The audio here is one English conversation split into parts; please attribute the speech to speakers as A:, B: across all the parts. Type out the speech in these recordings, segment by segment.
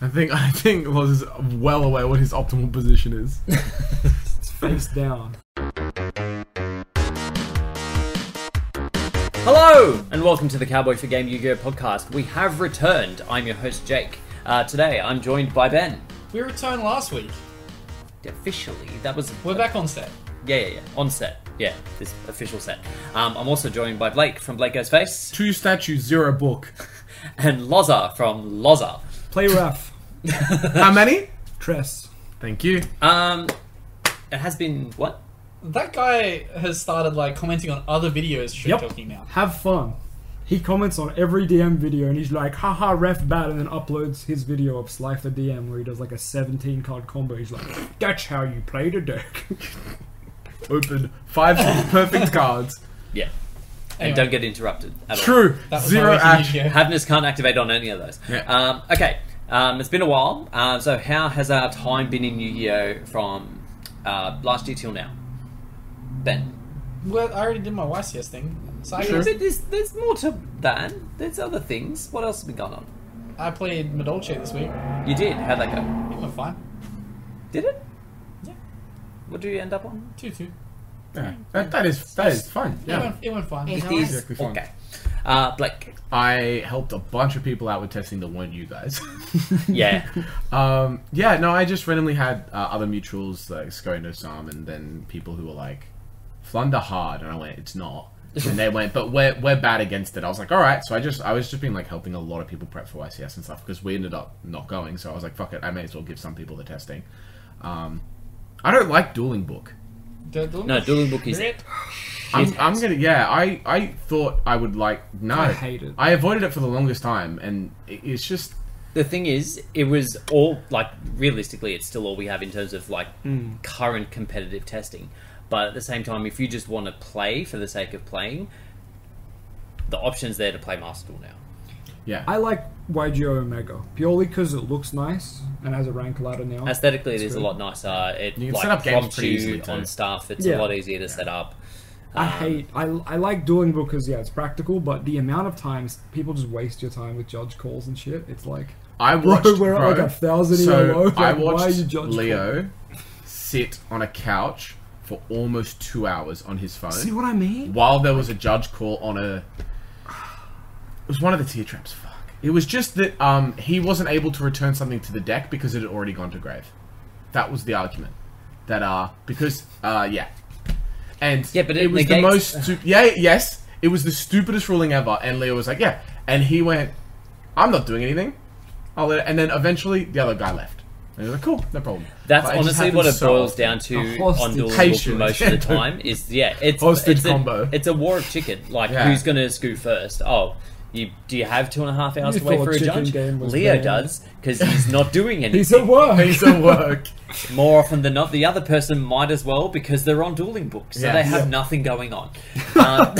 A: I think I think Loz is well aware what his optimal position is.
B: It's face down.
C: Hello, and welcome to the Cowboy for Game Yu Gi Oh podcast. We have returned. I'm your host, Jake. Uh, today, I'm joined by Ben.
D: We returned last week.
C: Officially, that was.
D: We're back on set.
C: Yeah, yeah, yeah. On set. Yeah, this official set. Um, I'm also joined by Blake from Blake Goes Face
A: Two statues, zero book.
C: and Loza from Loza.
B: Play rough.
A: How many?
B: Tress.
A: Thank you.
C: Um, it has been. What?
D: That guy has started like commenting on other videos shit
B: Yep.
D: talking now.
B: Have fun. He comments on every DM video and he's like, haha, ref bad, and then uploads his video of Slife the DM where he does like a 17 card combo. He's like, that's how you play the deck.
A: Open five perfect cards.
C: Yeah.
D: Anyway.
C: And don't get interrupted at all.
A: True.
D: That was
A: Zero
D: my
A: action.
D: action.
C: Havness can't activate on any of those.
A: Yeah.
C: Um, okay, um, it's been a while. Uh, so, how has our time been in Yu Gi Oh from uh, last year till now? Ben.
D: Well, I already did my YCS thing. So I,
C: Yeah, but There's, there's more to that. There's other things. What else has been going on?
D: I played Medolce this week.
C: You did. How'd that go?
D: It went fine.
C: Did it?
D: Yeah,
C: What do you end up on?
D: two two.
A: Yeah. That, that is that is fun.
D: It,
A: Yeah.
D: went, it went fine.
C: It
E: Alright.
C: is.
A: Exactly fine.
C: Okay. Uh, Blake.
A: I helped a bunch of people out with testing that weren't you guys.
C: Yeah.
A: Um, yeah, no, I just randomly had uh, other mutuals like Sko no Sam and then people who were like Flunder hard, and I went, it's not. And they went, but we're we're bad against it. I was like, all right. So I just I was just been like helping a lot of people prep for YCS and stuff because we ended up not going. So I was like, fuck it, I may as well give some people the testing. Um, I don't like dueling book.
C: No, Dueling Book is.
D: Shit.
A: I'm,
C: Shit.
A: I'm gonna yeah. I I thought I would like no.
B: I hate it.
A: I avoided it for the longest time, and it, it's just
C: The thing is, it was all like realistically, it's still all we have in terms of like
A: Hmm.
C: current competitive testing. But at the same time, if you just want to play for the sake of playing, the option's there to play Master Duel now.
A: yeah.
B: I like YGO Omega purely because it looks nice and has a rank ladder now.
C: Aesthetically, it
B: That's
C: is a
B: good.
C: lot nicer. It
A: You can
C: like
A: set up games
C: prompts
A: pretty
C: you
A: easily, too.
C: on stuff. It's a
B: Yeah.
C: lot easier to set up.
B: I
C: Um,
B: hate. I, I like dueling because yeah, it's practical, but the amount of times people just waste your time with judge calls and shit, it's like
A: I
B: Bro,
A: watched
B: we're at,
A: bro,
B: like, a thousand
A: so
B: ELO, like,
A: I
B: why
A: watched
B: are you judge
A: Leo sit on a couch for almost two hours on his phone
B: see what I mean?
A: while there was a judge call on a. It was one of the tear traps. Fuck. It was just that um, he wasn't able to return something to the deck because it had already gone to grave. That was the argument. That uh, because uh, yeah, and
C: Yeah, but it
A: it was the
C: negates-
A: most. Stu- yeah, yes, it was the stupidest ruling ever. And Leo was like, yeah, and he went, I'm not doing anything. I'll let it. And then eventually the other guy left. And he was like, cool, no problem.
C: That's
A: But it just
C: honestly what it
A: happens so
C: boils
A: often.
C: down to
B: A
C: on
B: hostage.
C: Dueling Wolf
A: Patience.
C: most of the time. Is yeah, it's
A: Hostage
C: it's
A: combo.
C: A, it's a war of chicken. Like
A: Yeah.
C: who's going to scoot first? Oh, you do you have two and a half hours
B: You
C: to wait
B: thought
C: for a
B: chicken
C: judge?
B: game was
C: Leo
B: banned.
C: does because he's not doing anything.
B: He's at work.
A: Piece of work.
C: More often than not, the other person might as well because they're on dueling books, so
A: Yeah.
C: they have
A: Yeah.
C: nothing going on. Um,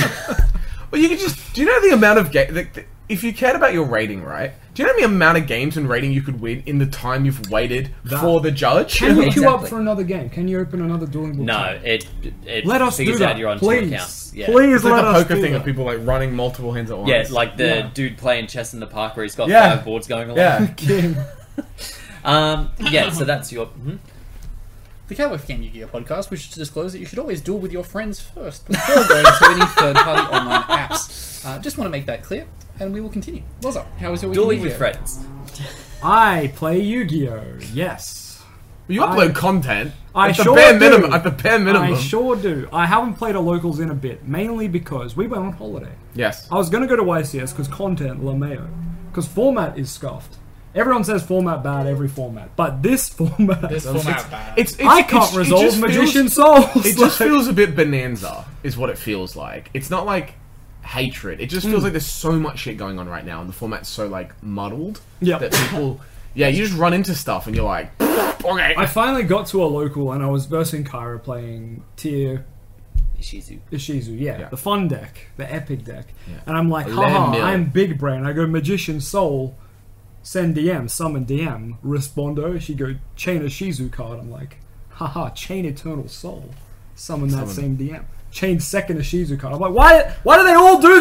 A: Well, you could just. Do you know the amount of game? The, the- if you cared about your rating, right? Do you know the amount of games and rating you could win in the time you've waited
B: That-
A: for the judge?
B: Can we queue up
C: Exactly.
B: for another game? Can you open another dueling book?
C: no,
B: tab?
C: it it
B: Let us
C: figures
B: do that,
C: out you're on
B: please.
C: two accounts. Yeah.
B: Please
A: It's
B: let
A: like the
B: us
A: poker
B: do
A: thing
B: that.
A: of people like running multiple hands at once.
C: Yeah, like the
B: Yeah.
C: dude playing chess in the park where he's got
A: Yeah.
C: five boards going along.
A: yeah.
B: Kim,
C: Um, yeah, so that's your. mhm.
D: The Cowboy for Game Yu-Gi-Oh podcast wishes to disclose that you should always duel with your friends first before going to any third-party online apps. Uh, just want to make that clear, and we will continue. Loza, how was your week? in
C: Dueling
D: Yu-Gi-Oh?
C: with friends.
B: I play Yu-Gi-Oh. Yes,
A: You upload content.
B: I
A: at the
B: sure
A: bare
B: do.
A: minimum. At the bare minimum.
B: I sure do. I haven't played a locals in a bit, mainly because we went on holiday.
A: yes.
B: I was gonna go to YCS because content Lameo, because format is scuffed. Everyone says format bad, every format, but this format,
D: This format bad.
A: It's, it's,
B: I
A: it's-
B: can't
A: it
B: resolve
A: just feels-
B: magician souls.
A: It
B: Like-
A: just feels a bit bonanza, is what it feels like. It's not like hatred. It just feels like there's so much shit going on right now, and the format's so like muddled
B: Yep.
A: that people, yeah, you just run into stuff, and you're like, okay,
B: I finally got to a local and I was versing Kyra playing tier
C: Ishizu.
B: Ishizu, yeah,
A: Yeah.
B: the fun deck, the epic deck.
A: Yeah.
B: And I'm like,
A: Eleven
B: haha,
A: mil.
B: I'm big brain. I go magician soul, send DM, summon DM, respondo. She go chain a Shizu card. I'm like, haha, chain eternal soul, summon that
A: Summon.
B: same DM. change second to Shizuka. I'm like, why? Why do they all do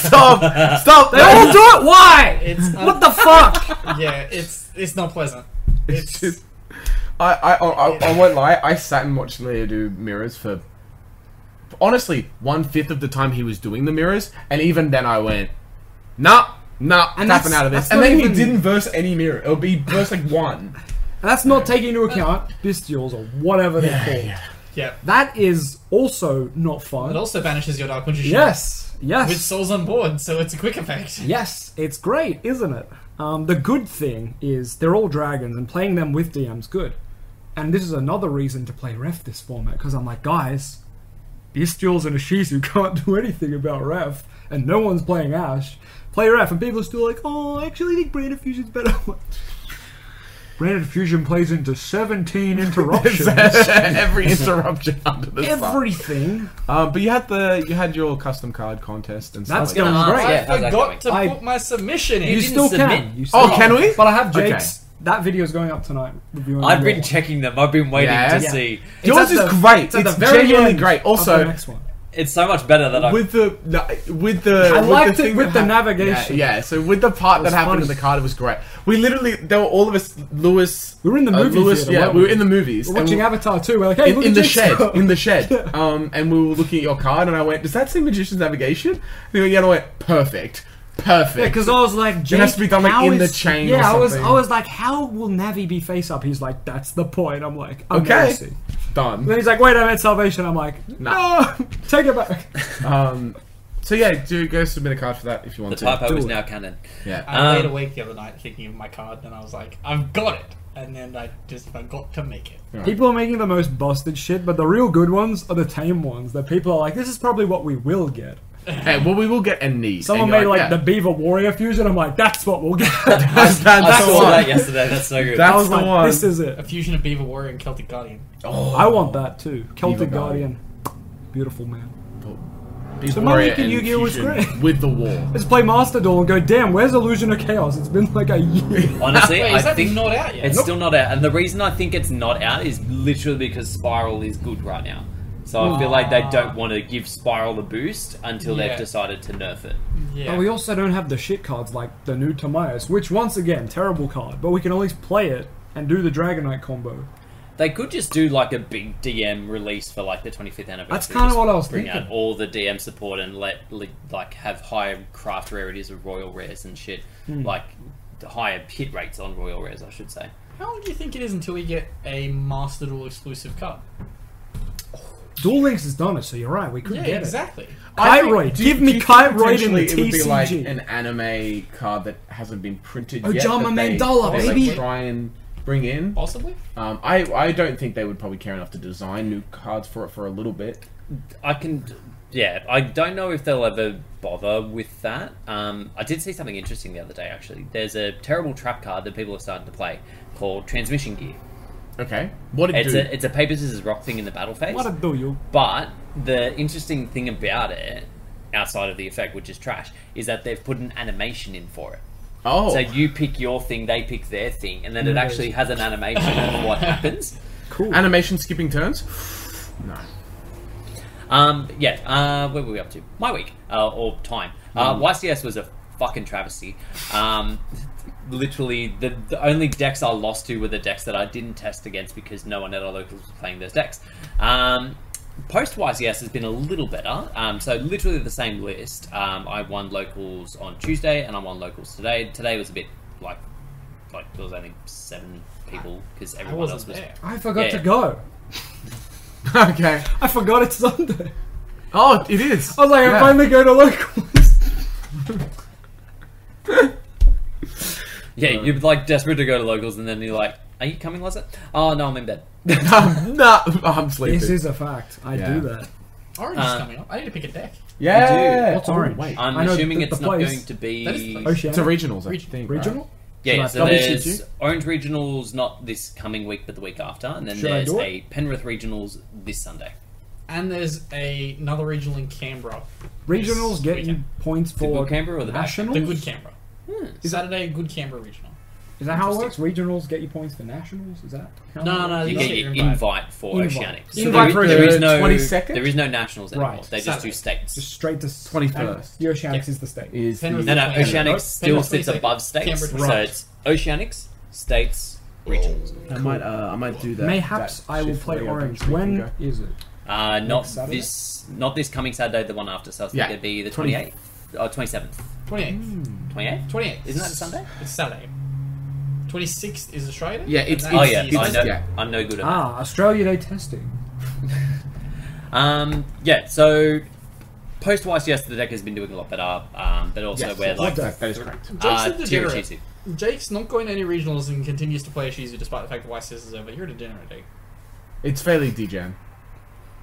A: Stop! Stop!
B: They all do it. Why?
D: It's uh, un-
B: what the fuck?
D: yeah, it's it's not pleasant.
A: It's just, I, I, I, I, I won't lie. I sat and watched Leo do mirrors for honestly one fifth of the time he was doing the mirrors, and even then I went, nah, nah, tapping
B: And that's-
A: out of this.
B: that's
A: And
B: not
A: then
B: even-
A: he didn't verse any mirror. It'll be verse like one.
B: And that's not taking into account bestials or whatever they're called.
D: yeah.
B: That is also not
D: It
B: fun.
D: also banishes your dark magician.
B: yes. Yes.
D: With souls on board, so it's a quick effect.
B: Yes, it's great, isn't it? Um, the good thing is they're all dragons, and playing them with DM's good. And this is another reason to play Ref this format because I'm like, guys, Bestials and Ashizu can't do anything about Ref, and no one's playing Ash. Play Ref, and people are still like, oh, I actually think Brand of Fusion's better. Brand of Fusion plays into 17 interruptions.
A: Every interruption under the sun.
B: Everything.
A: Um, but you had the you had your custom card contest and stuff.
B: That's
A: like
B: gonna-
A: that.
B: Sounds great.
C: ask, yeah,
D: I
C: how's that going?
D: forgot to
B: I-
D: put my submission in.
B: You
C: didn't
B: still can.
C: submit.
B: You
A: Oh,
B: still
A: can we?
B: But I have
A: Okay.
B: Jake's. That video's going up tonight. reviewing
C: I've
B: your
C: been
B: one.
C: checking them. I've been waiting
A: Yeah.
C: to
A: Yeah.
C: see.
B: It's
A: Yours
B: at
A: is
B: the-
A: great. It's,
B: at the very
A: genuinely
B: end
A: great.
B: of the
A: Also,
B: next one.
C: It's so much better that I.
A: with the no, with the
B: I
A: with
B: liked
A: the
B: it
A: thing
B: with
A: that
B: the
A: hap-
B: navigation.
A: Yeah, yeah, so with the part
B: It was
A: that happened
B: funny.
A: in the card, it was great. We literally there were all of us. Lewis, uh,
B: We were in the movie
A: Lewis,
B: theater,
A: yeah,
B: weren't
A: we were
B: we?
A: in the movies.
B: We're
A: and
B: watching
A: we-
B: Avatar too. We're like, hey,
A: in,
B: look
A: in
B: at
A: the
B: this
A: shed,
B: stuff.
A: in the shed, um, and we were looking at your card, and I went, "Does that say Magician's Navigation?" And he went, "Yeah." And I went, "Perfect, perfect."
B: Yeah, because I was like, Jake,
A: has to be done, like,
B: how
A: in the
B: is-
A: chain
B: Yeah,
A: or
B: I was, I
A: something.
B: was like, how will Navi be face up? He's like, that's the point. I'm like, I'm
A: Okay.
B: okay. And then
A: done.
B: he's like, wait, I meant salvation. I'm like,
A: Nah.
B: no, take it back.
A: Um, so yeah, do go submit a card for that if you
C: the
A: want to.
C: typo
B: do
C: is
B: it.
C: now canon.
A: Yeah,
D: I laid
C: Um,
D: awake the other night thinking of my card, and I was like, I've got it. And then I just forgot to make it.
B: People are making the most busted shit, but the real good ones are the tame ones that people are like, this is probably what we will get.
A: hey, well, we will get a need.
B: Someone
A: And
B: made
A: you're
B: like,
A: yeah,
B: the Beaver Warrior fusion. I'm like, that's what we'll get.
A: that's, that's
C: I
A: the
C: saw
A: one.
C: that yesterday. That's so good.
A: That-
B: I was
A: the
B: like,
A: one.
B: this is
D: A
B: it.
D: fusion of Beaver Warrior and Celtic Guardian.
A: Oh,
B: I want that too.
A: Beaver
B: Celtic
A: Guardian.
B: Guardian. Beautiful man.
A: Beast
B: So
A: Warrior
B: Malik and
A: and
B: Yu-Gi-Oh was
A: Fusion
B: great.
A: with the war.
B: Let's play Master Duel and go, damn, where's Illusion of Chaos? It's been like a year.
C: Honestly,
D: Wait,
C: I
D: is that
C: think
D: not out yet?
C: it's still not out. And the reason I think it's not out is literally because Spiral is good right now. So I feel like they don't want to give Spiral a boost until
D: Yeah.
C: they've decided to nerf it.
D: Yeah.
B: But we also don't have the shit cards like the new Timaeus, which once again, terrible card, but we can at least play it and do the Dragonite combo.
C: They could just do like a big DM release for like the 25th anniversary.
B: That's kinda
C: Just
B: what I was
C: bring out
B: thinking.
C: all the DM support and let li- like have higher craft rarities of royal rares and shit,
B: Hmm.
C: like the higher hit rates on royal rares, I should say.
D: How long do you think it is until we get a Master Duel exclusive card?
B: Duel Links has done it, so you're right, we could
D: Yeah,
B: get
D: exactly.
A: I think-
B: Kyroid,
A: do-
B: give
A: do
B: me
A: you think
B: Kyroid in
A: potentially
B: the
A: It would be like
B: TCG.
A: an anime card that hasn't been printed
B: Oh,
A: yet.
B: Jama
A: that they-
B: Mandala,
A: they, like,
B: baby.
A: try and bring in.
D: Possibly?
A: Um, I I don't think they would probably care enough to design new cards for it for a little bit.
C: I can, yeah. I don't know if they'll ever bother with that. Um, I did see something interesting the other day. Actually, there's a terrible trap card that people are starting to play called Transmission Gear.
A: Okay, what it
C: It's
A: do?
C: a it's a paper scissors rock thing in the battle phase.
B: it. What a duel.
C: But the interesting thing about it, outside of the effect, which is trash, is that they've put an animation in for it.
A: oh,
C: So you pick your thing, they pick their thing, and then it
B: Nice.
C: actually has an animation of what happens.
B: Cool.
A: animation skipping turns? No.
C: Um, yeah, uh, where were we up to? My week, uh, or time.
D: Mm.
C: Uh, YCS was a fucking travesty. Um, literally, the, the only decks I lost to were the decks that I didn't test against because no one at our locals was playing those decks. Um, Post YCS has been a little better. Um, so literally the same list. Um, I won locals on Tuesday and I won locals today. Today was a bit like like there was only seven people because
D: I
C: everyone else
D: wasn't
C: was.
D: there.
B: I forgot
C: Yeah.
B: to go.
A: okay.
B: I forgot it's Sunday.
A: Oh, it is.
B: I was like,
A: Yeah.
B: I finally go to locals.
C: Yeah, you're like desperate to go to locals and then you're like, "Are you coming, Lazar?" Oh no, I'm in bed.
A: Um, no, I'm sleeping.
B: this is a fact. I
A: Yeah.
B: do that.
D: Orange is
C: Uh,
D: coming up. I need to pick a deck.
A: yeah.
B: What's
A: Oh,
B: orange?
A: Wait.
C: I'm
B: I know
C: assuming
B: the-
C: it's
B: the
C: not
B: place-
C: going to
D: That is
C: be.
B: oh,
D: place.
A: It's a regionals, I
D: Region-
A: think. right?
B: Regional?
C: Yeah, yeah,
B: Should
C: so
B: I-
A: WCG?
C: there's Orange Regionals not this coming week, but the week after, and then
B: Should I
C: there's
B: do it?
C: a Penrith Regionals this Sunday.
D: And there's a, another regional in Canberra.
B: Regionals
D: This
B: get you
D: weekend.
B: points
C: The
B: for
C: good Canberra or the bad
B: nationals.
C: Hmm.
D: The Good Canberra. Saturday, Good Canberra regional.
B: Is that how it works? Regionals get you points for nationals? Is that how
D: No,
B: it
D: no,
B: works?
C: You
D: no.
C: get
D: Invite.
C: your invite for
B: Invite.
C: Oceanic.
B: Invite
C: there-
A: for
C: there
A: the
C: is no
A: 22nd?
C: There is no nationals anymore.
B: Right.
C: They just do
D: Saturday.
C: states.
B: Just straight to
A: Twenty first
B: The Oceanics
C: Yeah.
B: is the state.
A: is
D: Penrith-
A: the-
C: No, no,
D: Penrith-
C: Oceanic
D: Penrith-
C: still
D: Penrith
C: sits
D: 22nd.
C: above states,
D: Canberra
C: so
D: 22nd.
C: it's Oceanics, states, regions.
A: I might, uh, I might do that.
B: Mayhaps
A: that
B: I will
A: shift
B: play
A: later on
B: orange.
A: next week and
B: When
A: go.
B: is it?
C: Uh, not
B: Next Saturday?
C: this, not this coming Saturday, the one after. So I think
A: Yeah.
C: it'd be the uh,
A: Twenty-
C: twenty eighth, or twenty seventh,
D: 28th.
C: twenty eighth.
D: 28th.
C: Hmm. Isn't that a Sunday?
D: It's Saturday. 26th is Australia?
A: Yeah,
D: and
A: it's-
D: that
C: Oh
A: it's-
D: is
C: yeah,
D: the-
C: I know.
A: yeah.
C: I'm no good at that.
B: Ah, Australia Day testing.
C: Um, yeah. So post YCS, the deck has been doing a lot better, um, but also
A: Yes,
C: we're
A: yes,
C: like
A: that- that is correct.
C: uh,
D: Jake's a
C: tier
D: degenerate.
C: Shizu.
D: Jake's not going to any regionals and continues to play Shizu despite the fact that White Sis is over. You're a degenerate, Jake.
A: It's fairly dejam.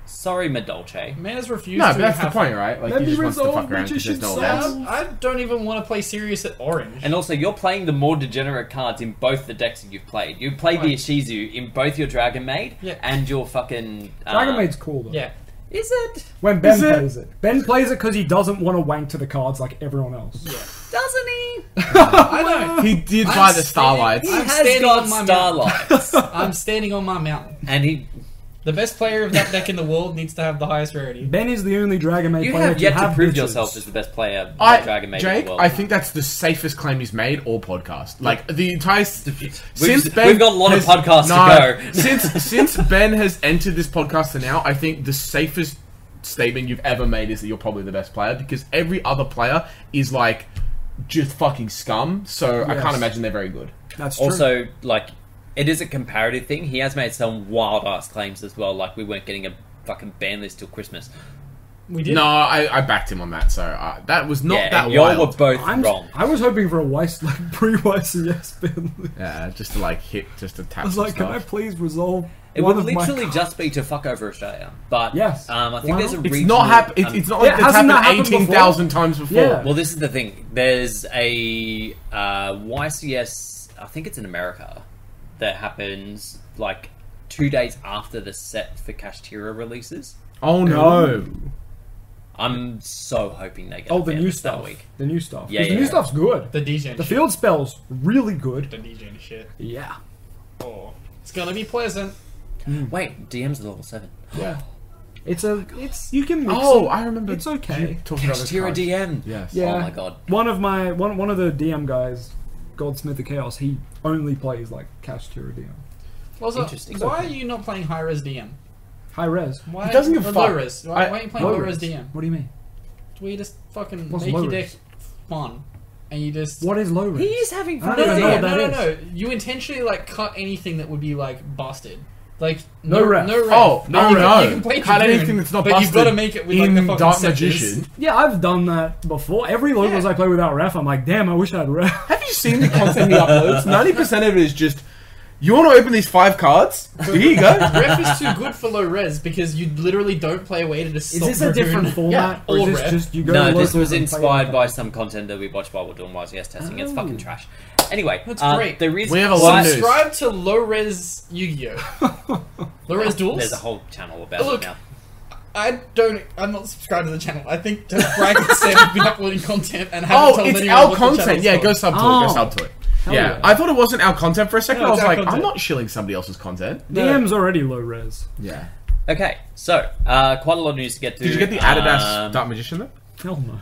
C: Sorry, Madolce.
D: Man has refused
A: No,
D: to
A: but that's the
D: have
A: point, right? Like
B: Let
A: he
B: me
A: just wants to
B: resolve
A: fuck around
B: Richard
A: because there's no
B: Sharp.
A: one else.
D: I I don't even want to play Sirius at Orange.
C: And also, you're playing the more degenerate cards in both the decks that you've played. You play the
D: Right.
C: Ishizu in both your Dragon Maid
D: Yeah.
C: and your fucking. Uh,
B: Dragon Maid's cool though.
D: yeah.
C: Is it?
B: When Ben
A: Is it?
B: plays it. Ben plays it because he doesn't want to wank to the cards like everyone else.
D: Yeah.
C: Doesn't he?
D: I know.
A: He did
D: I'm
A: buy the
D: standing-
A: starlights.
C: He
D: I'm
C: has
D: standing
C: got
D: on my
C: Starlights.
D: I'm standing on my mountain.
C: and he.
D: The best player of that deck in the world needs to have the highest rarity.
B: Ben is the only Dragon Maid
C: You
B: player
C: have yet
B: to,
C: to
B: have
C: prove
B: bitches.
C: yourself as the best player of
A: I,
C: Dragon Maid in
A: Jake,
C: the world.
A: I think that's the safest claim he's made all podcast. Like the entire s- since
C: we've
A: ben
C: got a lot of
A: has-
C: podcasts to go.
A: since since Ben has entered this podcast to now, I think the safest statement you've ever made is that you're probably the best player because every other player is like just fucking scum. So I
B: Yes.
A: can't imagine they're very good.
B: That's true.
C: Also, like, it is a comparative thing. He has made some wild ass claims as well, like, we weren't getting a fucking ban list till Christmas.
D: We did.
A: No, I, I backed him on that. So uh, that was not
C: yeah,
A: that
C: and y'all
A: wild.
C: were both
B: I'm,
C: wrong.
B: I was hoping for a Weiss, like pre-YCS Ben.
A: yeah, just to like hit, just to tap.
B: I was
A: some
B: like, can I
A: stuff.
B: please resolve
C: It
B: one
C: would
B: of my
C: literally just be to fuck over Australia. But
B: Yes.
C: um, I think
B: Why
C: there's a
B: not?
A: It's
C: regional,
A: not hap- it's,
C: um,
A: it's not
B: Yeah,
A: like that's happened,
B: hasn't that happened
A: eighteen thousand times before.
B: Yeah.
C: well, this is the thing. There's a uh, YCS. I think it's in America that happens like two days after the set for Kashtira releases.
A: Oh no!
C: I'm so hoping they get
B: Oh,
C: a
B: the
C: ban
B: new
C: list
B: stuff.
C: that week.
B: The new stuff.
C: Yeah,
B: 'Cause the
C: yeah,
B: new
C: yeah.
B: stuff's good.
D: The DJ
B: The
D: and
B: field spell's really good.
D: shit. The DJ and shit.
B: Yeah.
D: Oh. It's gonna be pleasant.
C: Wait, DM's are level seven.
B: Yeah. It's a. It's you can. Mix
A: Oh,
B: them.
A: I remember.
B: It's okay.
A: you talking about this
C: Kashtira
A: card.
C: DM.
A: Yes.
B: Yeah.
C: Oh my god.
B: One of my one one of the DM guys, Goldsmith the Chaos, he only plays like Cash Tira DM.
D: Also,
C: Interesting.
D: why are you not playing high res DM?
B: High res.
D: Why
A: He doesn't give a
D: or
A: fuck.
D: Low res. Why,
A: I-
D: why are you playing low, res DM?
B: What do you mean?
D: We just fucking
B: What's
D: make
B: low
D: your
B: res?
D: deck fun, and you just
B: What is low res?
C: He is having
B: I
C: fun.
D: No, no,
B: don't
C: with
B: even know
D: no,
C: DM.
D: no, no,
B: what that
D: no. You intentionally like cut anything that would be like busted. Like
B: No
D: no,
B: ref.
D: No ref.
A: Oh, no,
D: you, can-
A: no.
D: You can play
A: Cut
D: Dragoon,
A: anything that's not
D: but you've got to
A: busted
D: make it with like the
A: in
D: fucking
A: Dark
D: scepters.
A: Magician.
B: Yeah, I've done that before. Every locals
D: Yeah.
B: I play without ref, I'm like, damn, I wish I had ref.
A: Have you seen the content he uploads? Ninety percent of it is just. You want to open these five cards? Here you go.
D: Ref is too good for low res because you literally don't play away to just.
B: Is this a different format, or is
D: all
B: this
D: ref.
B: just you go?
C: No,
B: to
C: this
B: locals
C: was
B: and play
C: inspired
B: it?
C: by some content that we watched while we're doing YCS testing. It's fucking trash. Anyway,
D: That's
C: uh,
D: great.
C: There is
A: Oh. We have a lot of
C: Why-
A: news.
D: Subscribe to low res Yu-Gi-Oh. low res duels.
C: There's a whole channel about
D: Look,
C: it now.
D: I don't. I'm not subscribed to the channel. I think to brag and say we've been uploading content and haven't
A: Oh,
D: told
A: it's
D: anyone
A: our
D: what the
A: content.
D: channel's
A: Yeah,
D: called.
A: go sub to it.
B: Oh.
A: Go sub to it. Yeah.
B: yeah.
A: I thought it wasn't our content for a second.
D: No,
A: I was
D: it's our
A: like, I'm
D: content.
A: not shilling somebody else's content.
B: DM's already low res.
A: Yeah.
C: Okay, so uh, quite a lot of news to get to.
A: Did you get the Adidas
C: Um,
A: Dark Magician though?
B: Hell no.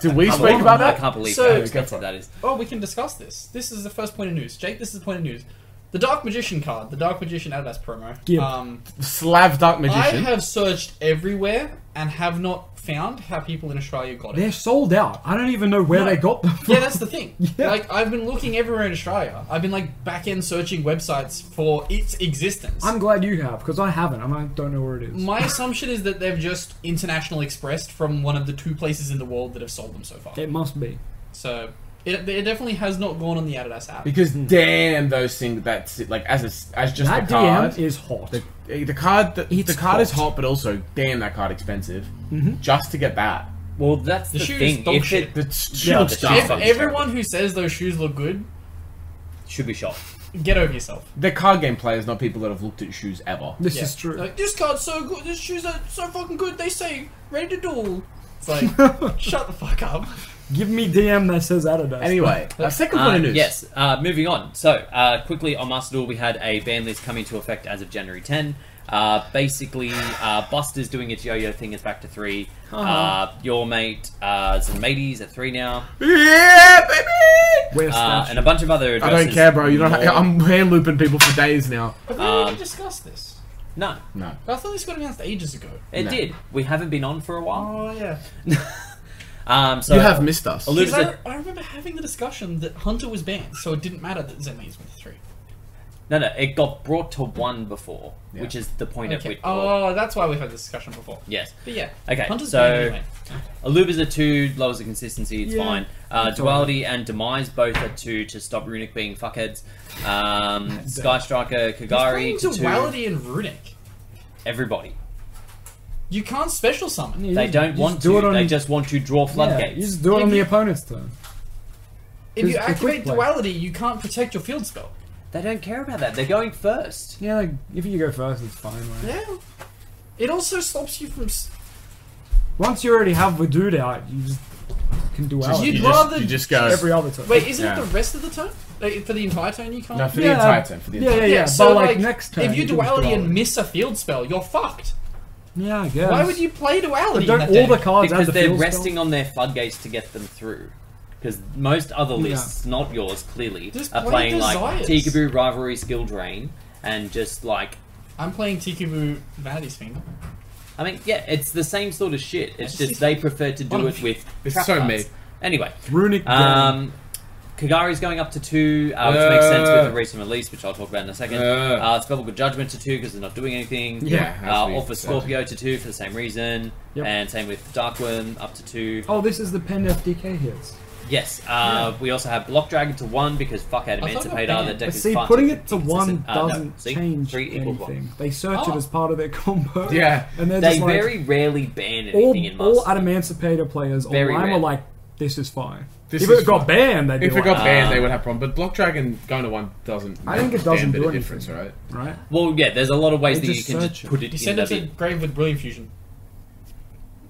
A: Did we
C: I
A: speak
C: can't-
A: about
C: I
A: that?
C: can't believe
D: So-
C: how
D: Go
A: for
C: expensive
A: it.
C: that is.
D: Oh, we can discuss this. This is the first point of news. Jake, this is the point of news. The Dark Magician card, the Dark Magician Adidas promo.
B: Yeah.
D: Um,
A: Slav Dark
D: I
A: Magician.
D: have searched everywhere and have not found how people in Australia got it.
B: They're sold out. I don't even know where
D: No.
B: they got them. From.
D: Yeah, that's the thing. Like, I've been looking everywhere in Australia. I've been, like, back end searching websites for its existence.
B: I'm glad you have because I haven't. and I don't know where it is.
D: My assumption is that they've just international expressed from one of the two places in the world that have sold them so far.
B: It must be.
D: So, it, it definitely has not gone on the Adidas app.
A: Because
B: Hmm.
A: damn, those things. That's it. Like as a, as just
B: That
A: the card.
B: DM is hot.
A: The, the card, the,
B: It's
A: the card is
B: hot. Mm-hmm.
A: hot, but also damn, that card expensive. Just to get that,
C: Well, that's the,
D: The shoes,
C: thing.
D: dog
C: If
D: shit.
C: it
A: the shield
B: Yeah, the
A: stuff.
D: If
C: fucking
D: everyone who says those shoes look good,
C: should be shot.
D: get over yourself.
A: They're card game players, not people that have looked at shoes ever.
B: this
D: Yeah.
B: is true.
D: Like, this card's so good. This shoes are so fucking good. They say ready to duel. It's like, shut the fuck up.
B: Give me DM that says Adidas.
A: Anyway, uh, second point
C: Um,
A: of news.
C: Yes, uh, moving on. So, uh, quickly on Master Duel, we had a ban list come into effect as of January 10. Uh, basically, uh, Buster's doing its yo yo thing, it's back to 3. uh
A: Uh-huh.
C: your mate, uh, Zanmades at 3 now.
A: Yeah, baby.
B: We're
C: Uh,
B: statue.
C: and a bunch of other
A: I don't
C: addresses
A: care, bro. You don't. Have,
C: more-
A: I'm hand looping people for days now.
D: Have we already discussed this?
C: No,
A: No.
D: I thought this got announced ages ago.
C: it
A: No.
C: did. We haven't been on for a while.
D: Oh yeah.
C: Um, so
A: You have missed us.
C: a little-
D: Because I, I remember having the discussion that Hunter was banned, so it didn't matter that Zenmai's went to three.
C: No, no, it got brought to 1 before,
A: Yeah.
C: which is the point at
D: Okay.
C: which.
D: Oh, that's why we've had this discussion before.
C: Yes.
D: But yeah.
C: Okay,
D: Hunter's
C: so-
D: banned anyway.
C: Aluba's a two, lowers the consistency, it's
B: Yeah,
C: fine. Uh,
B: it's
C: Duality and Demise both are two to stop Runic being fuckheads. Um, Sky Striker, Kagari
D: He's
C: to
D: playing
C: two.
D: duality and runic.
C: Everybody.
D: You can't special summon.
B: Yeah, you
C: They
B: just-
C: don't
B: you
C: want
B: just do
C: to,
B: it on-
C: they just want to draw
B: yeah,
C: floodgates.
B: you just do it on the opponent's turn.
D: If
B: It's
D: you
B: a quick
D: activate
B: play.
D: duality, you can't protect your field spell.
C: They don't care about that, they're going first.
B: Yeah, like, if you go first, it's fine. Right?
D: Yeah. It also stops you from. s-
B: Once you already have Voodoo out, you just can do
A: Just-
B: duality
A: you,
D: You'd
A: just,
D: rather-
A: you just go.
B: every other turn.
D: Wait, isn't
A: Yeah.
D: it the rest of the turn? Like, for the entire turn, you can't.
A: no, for
B: Yeah.
A: the entire turn. For the
B: Yeah,
A: entire
B: yeah, yeah. but
D: so
B: like, next turn,
D: if you
B: can just
D: duality
B: duality.
D: and miss a field spell, you're fucked.
B: yeah, I guess.
D: Why would you play duality?
B: But don't
D: in
B: all
D: that
B: the
D: deck?
B: cards
C: because
B: have the
C: they're
B: field
C: resting on their floodgates to get them through. Because most other lists, not yours clearly,
D: Just
C: are
D: play
C: playing like
D: Desires.
C: Tikabu, Rivalry, Skill Drain, and just like
D: I'm playing Tikubu Vanity's Finger.
C: I mean, yeah, it's the same sort of shit. It's
D: just-
C: just they prefer to do it with.
A: It's
C: trap
A: so
C: cards.
A: me.
C: Anyway,
B: still? Runic. Dragon.
C: um, Kagari's going up to two, uh, which makes sense with the recent release, which I'll talk about in a second.
A: Uh.
C: Uh, Spellbook of Judgment to two because they're not doing anything.
A: Yeah, as
C: uh,
A: we
C: Offer
A: said.
C: Scorpio to two for the same reason,
B: Yep.
C: and same with Darkworm up to two.
B: Oh, this is the pen FDK hits.
C: Yes, uh, we also have Block Dragon to one because fuck out
D: thought
C: Emancipator,
D: about
C: the
D: that.
C: deck
B: But
C: is
B: see,
C: far
B: putting
C: too
B: it to one
C: inconsistent. Uh, no,
B: doesn't
C: see?
B: change
C: Three equal one.
B: anything. They search
D: Oh.
B: it as part of their combo.
A: Yeah.
B: and they're
C: They
B: just like,
C: very rarely ban anything
B: all,
C: in
B: all
C: Master.
B: Adamancipator players
C: Very
B: online were
C: rare.
B: like, "This is fine."
A: This
B: if
A: is
B: it got banned, they'd
A: If
B: be
A: it
B: like,
A: got banned, they
C: Um,
A: would have problem. But Block Dragon going to one doesn't.
B: I think
A: make
B: it
A: a damn
B: doesn't
A: bit
B: do
A: of
B: anything.
A: difference, right?
B: "Right."
C: Well, yeah, there's a lot of ways
B: They
C: that you
B: just
C: can
B: search
C: just
B: it.
C: put it
D: You
C: in
D: send
C: the
D: it to
C: bin.
D: Grave with Brilliant Fusion.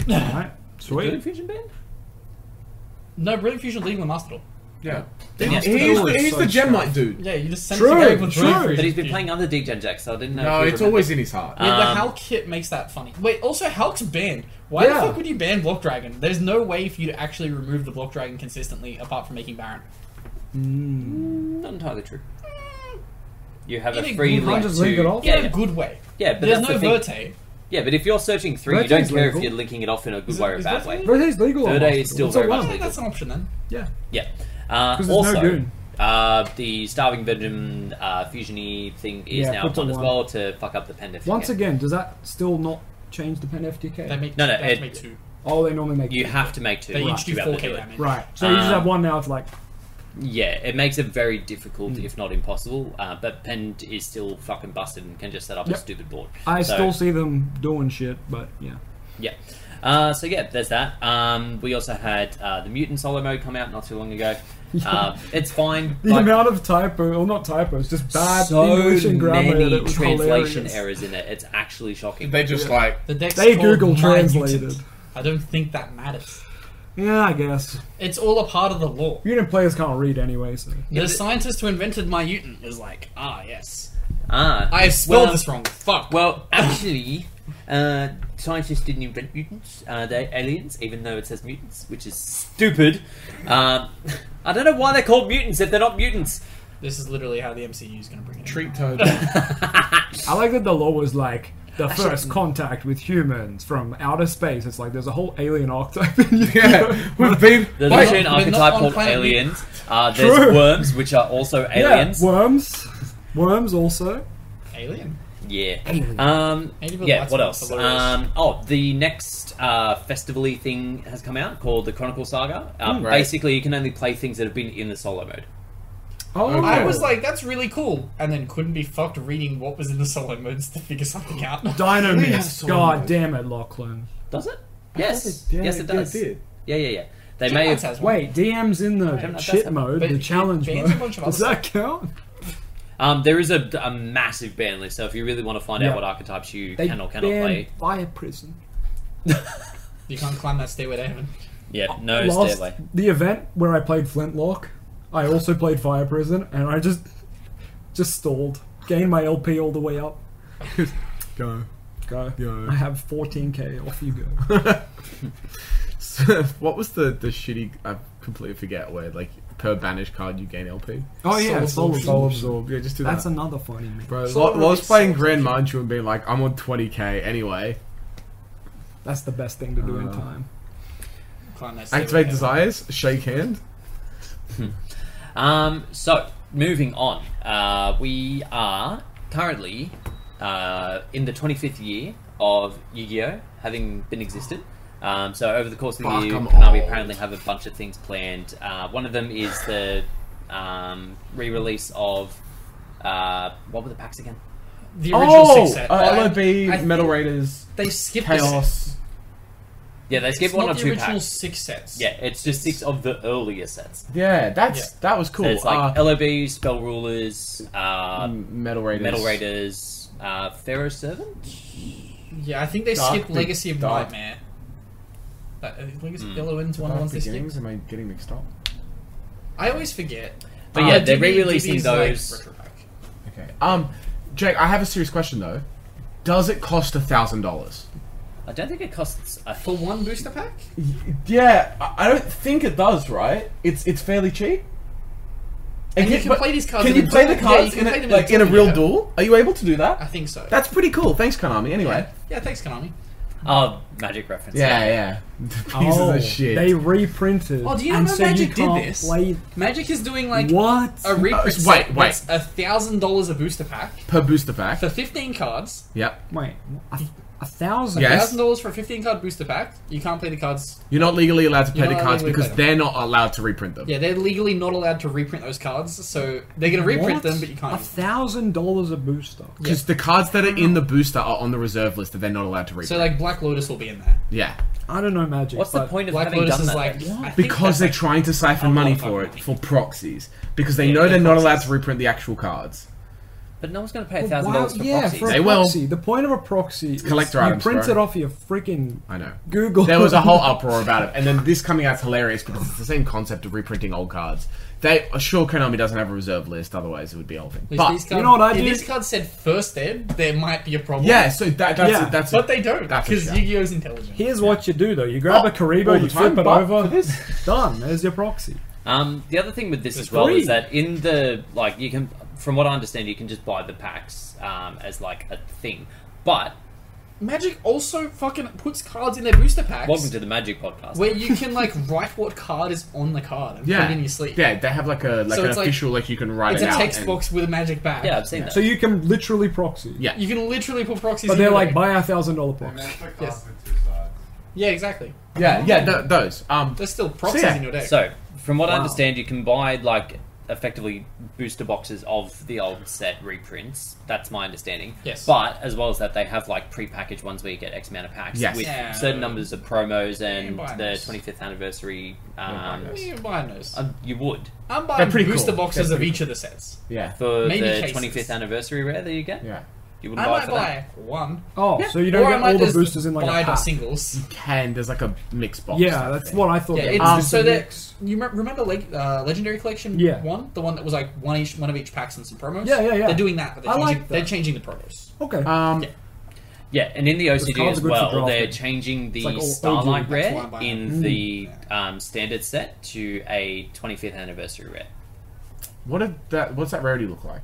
B: Right.
C: Good
B: Sweet.
C: fusion ban?
D: No, Brilliant Fusion leading the Master Duel.
A: Yeah.
C: Then yes.
A: He's,
B: Still
A: the, oh,
B: is
A: he's
B: so
A: the gem
B: strong.
A: light dude.
D: Yeah, you just send it
B: True,
D: to Grave with
B: true.
D: Brilliant Fusion.
C: But he's been playing other DJN Jacks, so I didn't know.
A: No,
C: if
A: Uh,
C: you
A: it's
C: remember.
A: always in his heart.
C: Uh,
D: Yeah, the
C: Um,
D: Hulk hit makes that funny. Wait, also Hulk's banned. Why
B: Yeah.
D: the fuck would you ban Block Dragon? There's no way for you to actually remove the Block Dragon consistently apart from making Baron.
C: not entirely true.
B: Mm.
C: You have
D: In
C: a
D: a
C: free
D: good-
C: link
B: just
C: to
B: link it off?
C: yeah,
D: In a
C: yeah.
D: good way.
C: Yeah, but
D: There's
C: that's
D: no
C: the thing.
D: Verte.
C: yeah, but if you're searching three, you
B: Verte's
C: don't care
B: legal.
C: if you're linking it off in a good
D: Is it-
C: way or a
D: is
C: bad
D: that
C: way.
D: legal?
B: But it's legal. on
C: Third A is
B: Mastodon.
C: still
B: It's a
C: very
B: one.
C: much-
D: Yeah, that's an option then.
B: Yeah,
C: Yeah. Uh,
B: 'Cause there's no
C: also,
B: goon.
C: uh, the Starving Virgin uh, fusiony thing is
B: Yeah,
C: now
B: put to
C: one as
B: one.
C: well to fuck up the pendant.
B: Once again, does that still not change the pen FDK?
D: They make
C: No, no,
D: they have to
C: it-
D: make two.
B: oh, they normally make
C: you have to make two.
D: They
C: to
D: each do
C: be able to
D: 4k
C: do it.
D: damage.
B: right. So you just
C: Um,
B: have one now. It's like
C: Yeah, it makes it very difficult,
B: Hmm.
C: if not impossible. Uh, but Pend is still fucking busted and can just set up a
B: Yep.
C: stupid board.
B: I
C: So-
B: still see them doing shit, but yeah.
C: Yeah. Uh, so yeah, there's that. Um, we also had uh, the mutant solo mode come out not too long ago. Um, it's fine.
B: The
C: like,
B: amount of typo, or not typos, just bad
C: so
B: English and grammar. that
C: many
B: it was
C: translation
B: hilarious.
C: errors in it. It's actually shocking.
A: They just like.
D: The deck's
B: They
D: called
B: Google
D: My
B: translated.
D: Mutant. I don't think that matters.
B: Yeah, I guess.
D: It's all a part of the law.
B: Unit players can't read anyway, so.
D: The scientist who invented my mutant was like, ah, yes.
C: Ah,
D: I have spelled
C: well,
D: this wrong. Fuck.
C: Well, actually, uh, scientists didn't invent mutants. Uh, they're aliens, even though it says mutants, which is stupid. Um, I don't know why they're called mutants if they're not mutants.
D: this is literally how the MCU is going to bring it. in.
A: Treat Toad.
B: I like that the law was like the first contact with humans from outer space. It's like there's a whole alien archetype in you.
A: yeah, we've been.
C: There's
A: Wait,
C: actually an
D: but not
C: archetype
D: on
C: called
D: planet
C: aliens. Uh, there's
B: True.
C: worms, which are also
B: Yeah,
C: aliens.
B: worms. Worms also.
D: Alien.
C: Yeah.
B: Alien.
C: Um,
D: Maybe we'll
C: yeah.
D: light
C: What
D: some
C: else?
D: up the lawyers.
C: Um, oh, the next uh, festival-y thing has come out called the Chronicle Saga. Uh,
A: right.
C: Basically, you can only play things that have been in the solo mode.
B: Oh,
A: Okay.
D: I was like, that's really cool. And then couldn't be fucked reading what was in the solo modes to figure something out.
B: Dino
A: We have
B: Mist.
A: so many.
B: God damn it, Lachlan.
C: Does it? Yes.
A: yeah,
C: yes, it
A: yeah, it
C: does.
A: did.
C: Yeah, yeah, yeah. They may
D: Jackbox
C: have.
D: has one.
B: Wait, DM's in
C: don't know
B: the
C: if
B: shit
C: that's-
B: mode,
D: but
B: the
D: it
B: challenge
D: bans a
B: mode.
D: bunch of
B: Does
D: other
B: that count?
C: Um, there is a, a massive ban list, so if you really want to find out
B: Yeah.
C: what archetypes you
B: They
C: can or cannot
B: ban
C: play,
B: fire prison.
D: You can't climb that stairway to heaven.
C: Yeah, no
B: Last,
C: stairway.
B: the event where I played Flintlock, I also played Fire Prison, and I just just stalled. Gained my LP all the way up.
A: Go.
B: Go.
A: Go.
B: I have 14k. Off you go.
A: So, what was the the shitty? I completely forget where. Like per banish card, you gain LP.
B: Oh yeah,
A: soul,
B: Soul
A: absorb.
B: Absorb.
A: soul absorb. Yeah, just do
B: That's
A: that.
B: another funny meme.
A: Bro,
D: Soul
A: while, while I was
D: release,
A: playing
D: soul
A: Grand
D: absorb.
A: Manchu and being like, I'm on 20k anyway.
B: That's the best thing to do in
A: Uh,
B: time.
D: Climb that stairway
A: Activate
D: down.
A: desires. Shake hand.
C: Um, so moving on, uh, we are currently uh, in the 25th year of Yu-Gi-Oh, having been existed. Um, so over the course of the
A: Fuck,
C: year,
A: I'm
C: Konami
A: old.
C: apparently have a bunch of things planned. Uh, one of them is the um, re-release of uh, what were the packs again?
D: The original six set.
A: uh,
D: I-
A: LOB,
D: I think
A: Metal Raiders,
D: They skipped the set.
A: Chaos.
C: Yeah, they skipped
D: It's
C: one or
D: not the
C: two
D: original
C: packs.
D: six sets.
C: Yeah, it's just six of the earlier sets.
A: Yeah, that's
D: Yeah.
A: that was cool.
C: So it's like
A: uh,
C: LOB, Spell Rulers, uh,
A: Metal Raiders.
C: Metal Raiders, uh, Pharaoh Servant.
D: Yeah, I think they
A: Dark
D: skipped
A: Be-
D: Legacy of
A: Dark-
D: Nightmare. But, uh, Legacy Yellowin's one of
A: Dark
D: the ones they
A: Beginnings?
D: skipped.
A: Am I getting mixed up?
D: I always forget.
C: But yeah,
D: Uh,
C: they're
D: DB
C: re-releasing
D: 's, like,
C: those-
D: retro pack.
A: Okay. Um, Jake, I have a serious question though. Does it cost a thousand dollars?
C: I don't think it costs a
D: for one booster pack.
A: Yeah, I I don't think it does. Right? It's it's fairly cheap.
D: And you can play these cards
A: Can
D: in
A: you
D: a
A: play
D: duel.
A: the
D: Yeah, you
A: cards
D: can
A: in,
D: play them
A: a,
D: in a
A: like in a
D: duel,
A: real
D: yeah.
A: duel? Uh, Are you able to do
D: I
A: that?
D: think so.
A: That's pretty cool. Thanks, Konami. Anyway.
D: yeah, thanks, Konami.
C: Oh, magic reference.
A: Yeah, yeah. Pieces
B: oh,
A: of shit. Uh,
B: They reprinted.
D: Oh, do you know
B: and
D: how
B: so
D: Magic
B: you
D: did
B: can't
D: this?
B: Play...
D: Magic is doing like oh.
B: what?
D: a reprint
A: wait, wait.
D: set that's a thousand dollars a booster pack
A: per booster pack.
D: for fifteen cards.
A: Yep.
B: Wait, a, a thousand.
A: Yeah. Yes.
D: Thousand dollars for a fifteen card booster pack. You can't play the cards.
A: You're not legally allowed to play
D: You're
A: the
D: not
A: cards
D: legally
A: because
D: allowed.
A: they're not allowed to reprint them.
D: Yeah, they're legally not allowed to reprint those cards, so they're gonna reprint
B: What?
D: them, but you
B: A
D: can't.
B: thousand dollars a booster.
A: Because the cards that are in the booster are on the reserve list that they're not allowed to reprint.
D: So like Black Lotus will be in there.
A: yeah,
B: I don't know Magic.
C: What's the
B: but-
C: point of
D: Black
C: having
D: Lotus
C: done
D: is
C: that?
D: like
C: though?
D: I think
A: because
D: that's,
A: they're
D: like,
A: trying to siphon money
D: lot of
A: for it
D: money.
A: for proxies because they
D: Yeah,
A: know
D: they're
A: they're not allowed
D: proxies.
A: to reprint the actual cards.
C: but no one's going to pay a
B: Oh,
C: thousand
B: Wow,
C: dollars for
B: yeah,
C: proxies.
B: for a
A: They will.
B: proxy. The point of a proxy is
A: collector
B: you
A: items,
B: print
A: bro.
B: it off your freaking
A: I know.
B: Google.
A: There was a whole uproar about it, and then this coming out's hilarious because it's the same concept of reprinting old cards. They sure Konami doesn't have a reserve list, otherwise it would be open.
D: If
A: But
D: these cards,
B: you know what I
D: if
B: did?
D: these cards said first ed, there might be a problem.
A: yeah, so that, that's
B: Yeah.
A: that's
D: but they don't
A: That's a
D: because
A: shout.
D: Yu-Gi-Oh's intelligent.
B: Here's what you do though: you grab
A: Oh,
B: a Karibo,
A: all the
B: you
A: time,
B: flip it
A: but
B: over.
A: for this-
B: Done. There's your proxy.
C: Um, the other thing with this
B: It's
C: as well
B: free.
C: is that in the like you can, from what I understand, you can just buy the packs um, as like a thing. But
D: Magic also fucking puts cards in their booster packs
C: welcome to the Magic podcast.
D: where you can like write what card is on the card and
A: yeah,
D: put it in your sleeve.
A: yeah, they have like a like
D: So
A: an
D: it's like-
A: official like, you can write
D: It's
A: it
D: a
A: out.
D: text
A: and-
D: box with a magic back.
C: yeah, I've seen that.
B: So you can literally proxy.
A: Yeah.
D: You can literally put proxies
B: But
D: in
B: they're
D: there.
B: like buy a thousand dollar
E: And
B: proxy.
E: that's the cost
D: Yes.
E: of two sides.
D: Yeah, exactly.
A: Yeah, yeah, th- those. Um,
D: There's still proxies
A: yeah.
D: in your deck.
C: So, from what I
B: Wow.
C: understand, you can buy like effectively booster boxes of the old set reprints. That's my understanding.
D: Yes.
C: But as well as that, they have like pre-packaged ones where you get X amount of packs
A: Yes.
C: with
D: Yeah.
C: certain numbers of promos and
D: buy
C: the
D: those.
C: 25th anniversary.
A: buy
C: Um,
A: those.
D: Yeah, I'm buying those.
C: um, you would
D: I'm
A: they're
D: buying
A: pretty
D: booster
A: cool.
D: boxes
A: They're
D: of
A: pretty
D: each of the sets.
A: yeah,
C: for
D: Maybe
C: the
D: cases.
C: 25th anniversary rare that you get.
A: yeah.
C: You wouldn't buy
D: I
C: it
D: might
C: for
D: buy one.
B: Oh,
C: Yeah.
B: so you don't
D: or I
B: get
D: might
B: all the
D: just
B: boosters in like
D: buy
B: a
D: the
B: pack.
D: singles.
A: Can there's like a mixed box.
B: Yeah,
A: type
B: that's
A: thing.
B: what I thought.
D: Yeah,
B: they
D: it's
B: were.
A: Um,
D: so that
B: Mix.
D: you me- remember like uh, Legendary Collection
B: Yeah.
D: one, the one that was like one each, one of each packs and some promos.
B: Yeah, yeah, yeah.
D: They're doing that, but they're
B: I
D: changing,
B: like that.
D: they're changing the promos.
B: Okay.
A: Um,
D: Yeah.
C: that. Yeah, and in the OCD as
B: cards are good for
C: well, they're
B: drafting.
C: changing the
B: like all- all
C: Starlight
B: good.
D: That's why
C: rare
D: I'm buying
C: in
D: them.
C: the um, standard set to a 25th anniversary rare.
A: what did that? What's that rarity look like?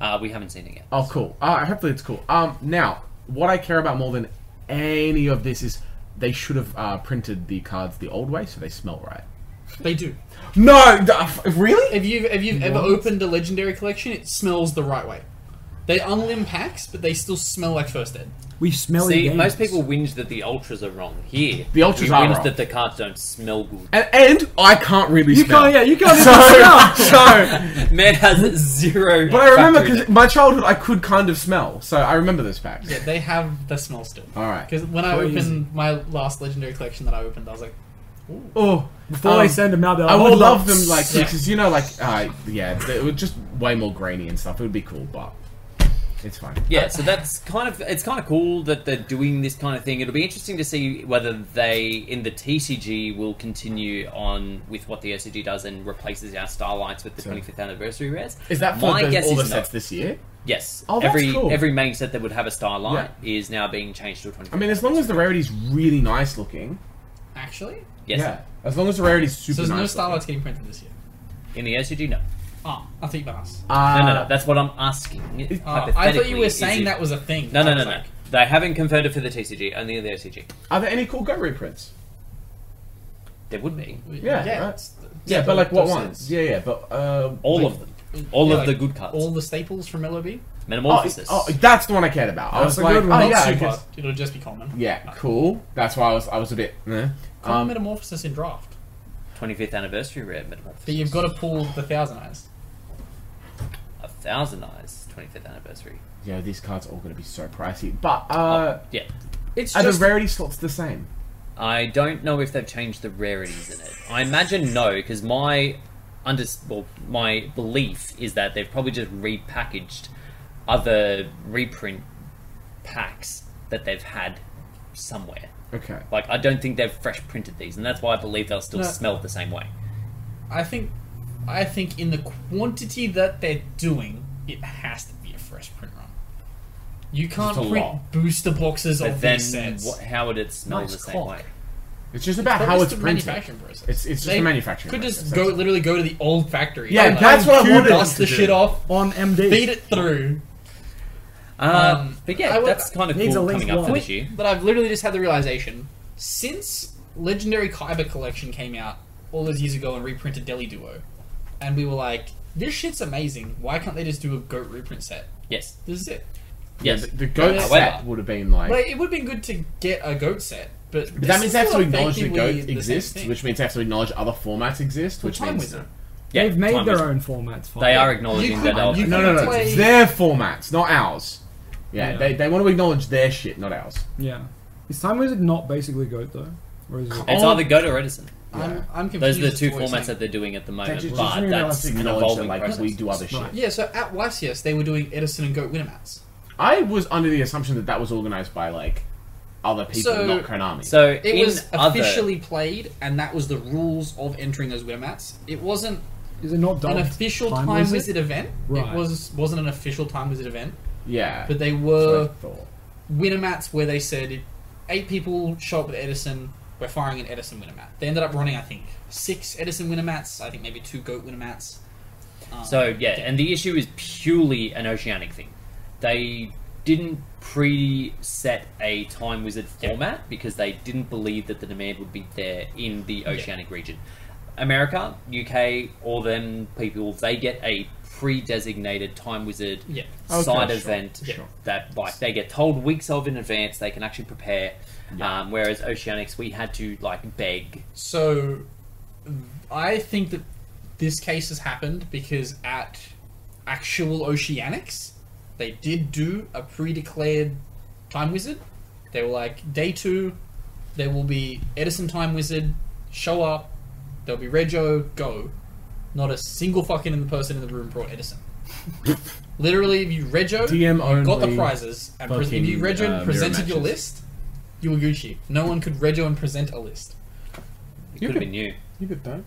C: Uh, we haven't seen it yet.
A: Oh, cool. Uh, hopefully it's cool. Um, now what I care about more than any of this is they should have uh, printed the cards the old way so they smell right.
D: They do.
A: No, d- uh, f- really?
D: If you've if you've ever opened a Legendary Collection, it smells the right way. They unlim packs, but they still smell like first ed.
B: we smell
C: See,
B: games.
C: most people whinge that the ultras are wrong. Here,
A: The ultras
C: we
A: are
C: whinge
A: wrong.
C: that the cards don't smell good.
A: And, and I can't really
B: You
A: smell.
B: can't. Yeah, you can't.
A: So,
B: even smell.
A: so,
C: Man has zero.
A: but I remember
C: factory
A: because my childhood I could kind of smell, so I remember this fact.
D: Yeah, they have the smell still.
A: All right.
D: Because when I
B: Crazy.
D: opened my last Legendary Collection that I opened, I was like,
A: Oh,
B: Before they send them out, they're
A: I
B: like, "Oh,
A: would
B: "Hold
A: love
B: up."
A: them like
D: Yeah.
A: because you know, like uh, yeah, they- it would just way more grainy and stuff. It would be cool, but It's fine.
C: yeah, so that's kind of it's kind of cool that they're doing this kind of thing. It'll be interesting to see whether they in the TCG will continue on with what the OCG does and replaces our Starlights with the
A: So-
C: 25th anniversary rares.
A: Is that for
C: My
A: the-
C: guess
A: all the
C: is no.
A: sets this year?
C: Yes,
A: Oh, that's
C: every
A: cool.
C: every main set that would have a Starlight is now being changed to a 25th.
A: I mean, as long as the rarity's really nice looking.
D: Actually,
C: yes,
A: Yeah. As long as the rarity's super
D: so there's no
A: nice.
D: Starlight's getting printed this year.
C: in the OCG, no,
D: Ah, I think you asked.
A: Uh,
C: no, no, no. That's what I'm asking.
D: Ah, I thought you
C: Hypothetically,
D: were
C: is
D: saying
C: it-
D: that was a thing.
C: No,
D: I
C: no, no,
D: was
C: no.
D: like,
C: They haven't confirmed it for the TCG, only the OCG.
A: Are there any cool Go reprints?
C: There would be
A: Yeah, right.
D: it's-
A: Yeah, but like what
D: those
A: ones?
D: sets.
A: Yeah, yeah, but uh,
C: all
D: Like-
C: of them, all
D: Yeah,
C: of the
D: like,
C: good cards,
D: All the staples from LOB.
A: oh,
C: Metamorphosis.
A: oh, that's the one I cared about. I
B: That's
A: was
B: a
A: like,
B: good
A: oh
B: one. Not
A: yeah, I
D: super.
A: guess-
D: It'll just be common.
A: yeah, cool. That's why I was, I was a bit. eh.
D: Common
A: Um,
D: metamorphosis in draft.
C: 25th anniversary rare metamorphosis.
D: But you've got to pull the thousand eyes.
C: a thousand eyes 25th anniversary.
A: yeah, these cards are all going to be so pricey. But uh,
C: Yeah,
D: It's
A: are the
D: just
A: rarity slots the same?
C: I don't know if they've changed the rarities in it. I imagine no, because my under well, my belief is that they've probably just repackaged other reprint packs that they've had somewhere.
A: Okay.
C: Like I don't think they've fresh printed these, and that's why I believe they'll still
D: No.
C: smell the same way.
D: I think, I think in the quantity that they're doing, it has to be a fresh print run. You can't
A: Just a
D: print
A: lot.
D: booster boxes
C: But
D: of
C: then,
D: these sets.
C: what, how would it smell
D: Nice
C: the same
D: cock.
C: way?
A: It's just about
D: But
A: how it's
D: the
A: printed.
D: manufacturing process.
A: It's- it's just
D: They
A: the manufacturing
D: Could
A: process,
D: just go
A: that's all.
D: literally go to the old factory.
A: Yeah,
D: and, like,
A: that's what I
B: Cube
A: wanted.
D: Dust
A: them
D: the
A: to
D: shit
A: do.
D: off,
B: on MD.
D: feed it through.
C: Uh,
D: Um,
C: but yeah,
D: I would-
C: that's kind of
B: Needs
C: cool
B: a link
C: coming up for
B: one.
C: this year.
D: But I've literally just had the realization since Legendary Kyber Collection came out all those years ago and reprinted Deli Duo, and we were like, "This shit's amazing. Why can't they just do a goat reprint set?
C: Yes,
D: This is it."
C: yes.
A: The goat
D: However-
A: set would have been like.
D: But it would have been good to get a goat set. But,
A: But
D: this
A: that means
D: is
A: they have to
D: still
A: acknowledge that
D: effectively
A: goat
D: the same
A: exists,
D: thing.
A: which means they have to acknowledge other formats exist,
D: Well,
A: which
D: Time
A: means
D: Wizard.
C: Yeah,
B: They've made
C: time
B: their
C: is-
B: own formats. Fine.
C: They are acknowledging
D: You
C: that
D: could-
C: they'll.
D: you
A: no, no, no,
D: Play-
A: it's their formats, not ours. Yeah,
B: Yeah.
A: They, they want to acknowledge their shit, not ours.
B: Yeah. Is Time Wizard not basically Goat though? Or is it?
C: It's either go to Edison.
A: Yeah.
D: I'm, I'm
C: Those
D: confused.
C: are the
D: as
C: two
D: to what you're
C: formats
D: saying.
C: that they're doing at the
A: They
C: moment.
A: just, just
C: but
A: really have
C: that's
A: to
C: an
A: acknowledge that
C: evolving
A: like
C: process.
A: we do other shit.
B: Right.
D: Yeah, so at YCS they were doing Edison and Goat Winamats.
A: I was under the assumption that that was organized by like other people,
D: So-
A: not Konami.
C: So
D: It
C: in
D: was
C: other,
D: officially played, and that was the rules of entering those Winamats. It wasn't
B: Is it not dubbed
D: an official Time, Wizard, event.
B: Right.
D: It was wasn't an official Time Wizard event,
A: yeah,
D: but they
A: That's
D: were
A: what I thought.
D: Winamats where they said eight people show up with Edison. We're firing an Edison Winamat. They ended up running, I think, six Edison Winamats. I think maybe two Goat Winamats. Um,
C: So yeah, and the issue is purely an oceanic thing. They didn't pre-set a time wizard
D: Yeah.
C: format because they didn't believe that the demand would be there in the oceanic region. America, UK, all them people, they get a pre-designated time wizard
D: Yeah.
A: Okay,
C: side
A: sure,
C: event
A: sure.
C: that like they get told weeks of in advance. They can actually prepare.
A: Yeah.
C: Um, whereas oceanics, we had to like beg.
D: So, I think that this case has happened because at actual Oceanics, they did do a pre-declared Time Wizard. They were like, day two, there will be Edison Time Wizard. Show up. There'll be Rego. Go. Not a single fucking in the person in the room brought Edison. Literally, if you Rego,
A: DM
D: you got the
A: only
D: prizes, and pres if you
A: fucking,
D: Rego
A: uh,
D: and
A: mirror
D: presented your
A: matches.
D: list, you were Gucci. No one could Rego and present a list.
C: It
A: You
C: could have
A: could-
C: been you.
A: You could though.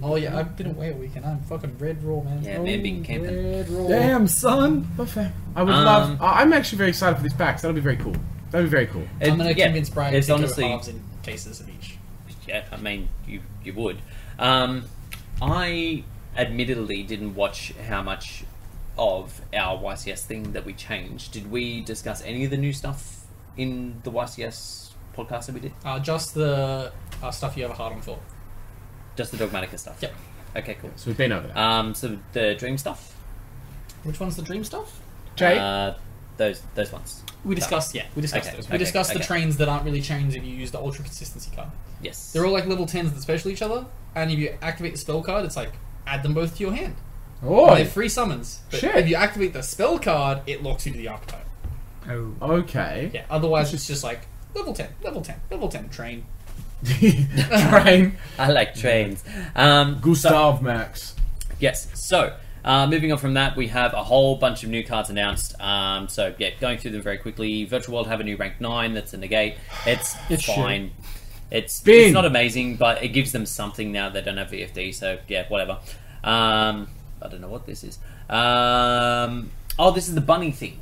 D: Oh yeah, I've been away a week and I'm fucking red raw, man.
C: Yeah, man, been camping.
D: Red raw.
B: Damn son.
A: But fair. I would
C: Um,
A: love. I- I'm actually very excited for these packs. That'll be very cool. That'll be very cool.
D: I'm gonna
C: It- yeah,
D: convince Brian
C: It's
D: to
C: honestly,
D: go halves in cases of each.
C: yeah. I mean, you you would. Um, I admittedly didn't watch how much of our YCS thing that we changed. Did we discuss any of the new stuff in the YCS podcast that we did?
D: Uh, just the uh, stuff you have a hard on for.
C: Just the dogmatica stuff.
D: Yep.
C: Okay. Cool.
A: So we've been over that.
C: Um, so the dream stuff.
D: Which one's the dream stuff?
A: Jay,
C: Uh, those those ones.
D: We discussed. Yeah, we discussed
C: Okay,
D: those. We
C: okay,
D: discussed
C: okay.
D: the trains that aren't really trains if you use the ultra consistency card.
C: Yes.
D: They're all like level tens that special each other, and if you activate the spell card, it's like add them both to your hand.
A: oh,
D: They're free summons. But
A: Shit.
D: If you activate the spell card, it locks you to the archetype.
B: Oh.
A: okay.
D: Yeah. Otherwise, it's just like level ten, level ten, level ten train.
A: Train
C: I like trains. Um,
A: Gustav Max.
C: Yes. So Uh, moving on from that, we have a whole bunch of new cards announced. Um, so yeah, going through them very quickly. Virtual World have a new rank nine. That's a negate. It's,
B: It's shit.
C: fine. It's
B: Bin.
C: it's not amazing, but it gives them something now. They don't have VFD, so yeah, whatever. Um, I don't know what this is. Um, oh, this is the bunny thing.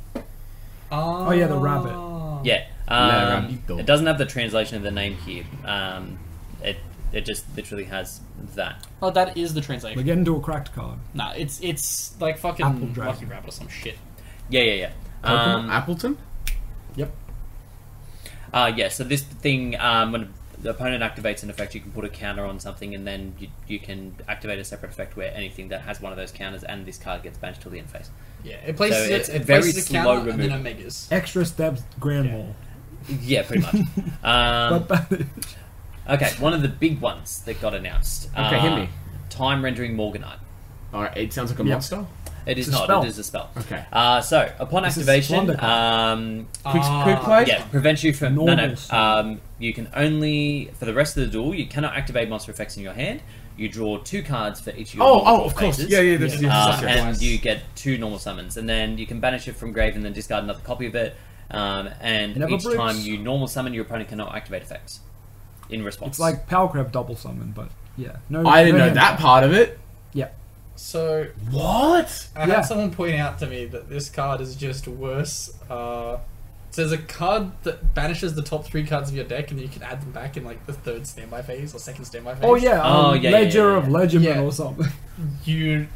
D: Oh,
B: yeah, the rabbit.
C: Yeah.
A: La
C: Um,
A: Rabito.
C: it doesn't have the translation of the name here. Um, it it just literally has that.
D: Oh, that is the
B: We're
D: translation.
B: getting to a cracked card.
D: Nah, it's it's like fucking
B: Apple
D: Lucky
B: Dragon.
D: Rabbit or some shit.
C: Yeah, yeah, yeah.
A: Pokemon
C: Um,
A: Appleton?
B: Yep.
C: Uh, yeah, so this thing, um, when the opponent activates an effect, you can put a counter on something, and then you, you can activate a separate effect where anything that has one of those counters and this card gets banished till the end phase.
D: Yeah, it places
C: So it's
D: it, it
C: very
D: places the
C: slow
D: counter and
C: removal.
D: then omegas.
B: Extra steps, grand mall.
C: Yeah, pretty much. um,
B: But that,
C: okay, one of the big ones that got announced. uh,
A: Okay, hit me.
C: Time rendering Morganite.
A: Alright, it sounds like a
B: Yep.
A: monster.
C: It is
B: a
C: not.
B: spell.
C: It is a spell.
A: Okay.
C: Uh, so upon
B: This is
C: activation,
B: Splendor
C: um,
A: Quick,
D: Ah.
A: quick play?
C: Yeah, prevents you from no no.
B: Normal summon.
C: Um, you can only for the rest of the duel you cannot activate monster effects in your hand. You draw two cards for each of your
A: Oh,
C: normal
A: oh, of course.
C: phases.
A: Yeah, yeah, this
D: Yeah.
A: yeah.
C: Um,
A: Is,
D: Success.
C: and you get two normal summons, and then you can banish it from grave and then discard another copy of it. Um, and
B: Never
C: each
B: breaks.
C: time you normal summon, your opponent cannot activate effects in response.
B: it's like Power Crab double summon, but yeah. No,
A: I didn't
B: no
A: know
B: hand-
A: that part of it.
B: Yeah.
D: So
A: What?
D: I
B: Yeah.
D: had someone point out to me that this card is just worse. Uh, so there's a card that banishes the top three cards of your deck, and then you can add them back in like the third standby phase or second standby phase.
B: Oh yeah.
C: Oh,
B: um,
C: yeah, yeah,
B: Ledger
C: yeah,
B: of
C: yeah.
B: Legend
D: Yeah.
B: or something.
D: you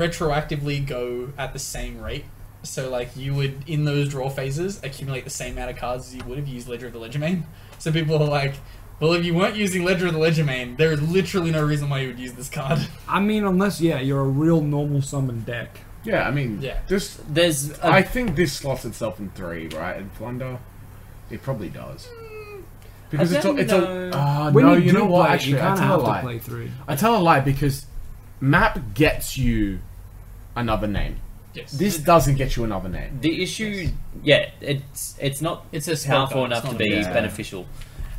D: retroactively go at the same rate. So like you would in those draw phases accumulate the same amount of cards as you would if you used Ledger of the Ledger Main. So people are like, well, if you weren't using Ledger of the Ledger Main, there is literally no reason why you would use this card.
B: I mean, unless yeah, you're a real normal summon deck.
A: Yeah, I mean,
D: Yeah.
A: this.
C: there's uh, a-
A: I think this slots itself in three, right? And Plunder, it probably does. Because
C: Mm, I
A: it's a,
C: don't
A: it's
C: know.
A: a. Uh, no, you
B: do
A: know what?
B: play it,
A: Actually,
B: you
A: I
B: kind of
A: tell
B: have
A: a
B: to play
A: lie.
B: three.
C: Uh,
A: I tell a lie because map gets you another name.
D: yes.
A: This doesn't get you another name.
C: the issue. Yeah, it's it's not
D: It's a spell
C: powerful
D: card, it's
C: enough to
D: not
C: be
D: a
A: spell.
C: beneficial.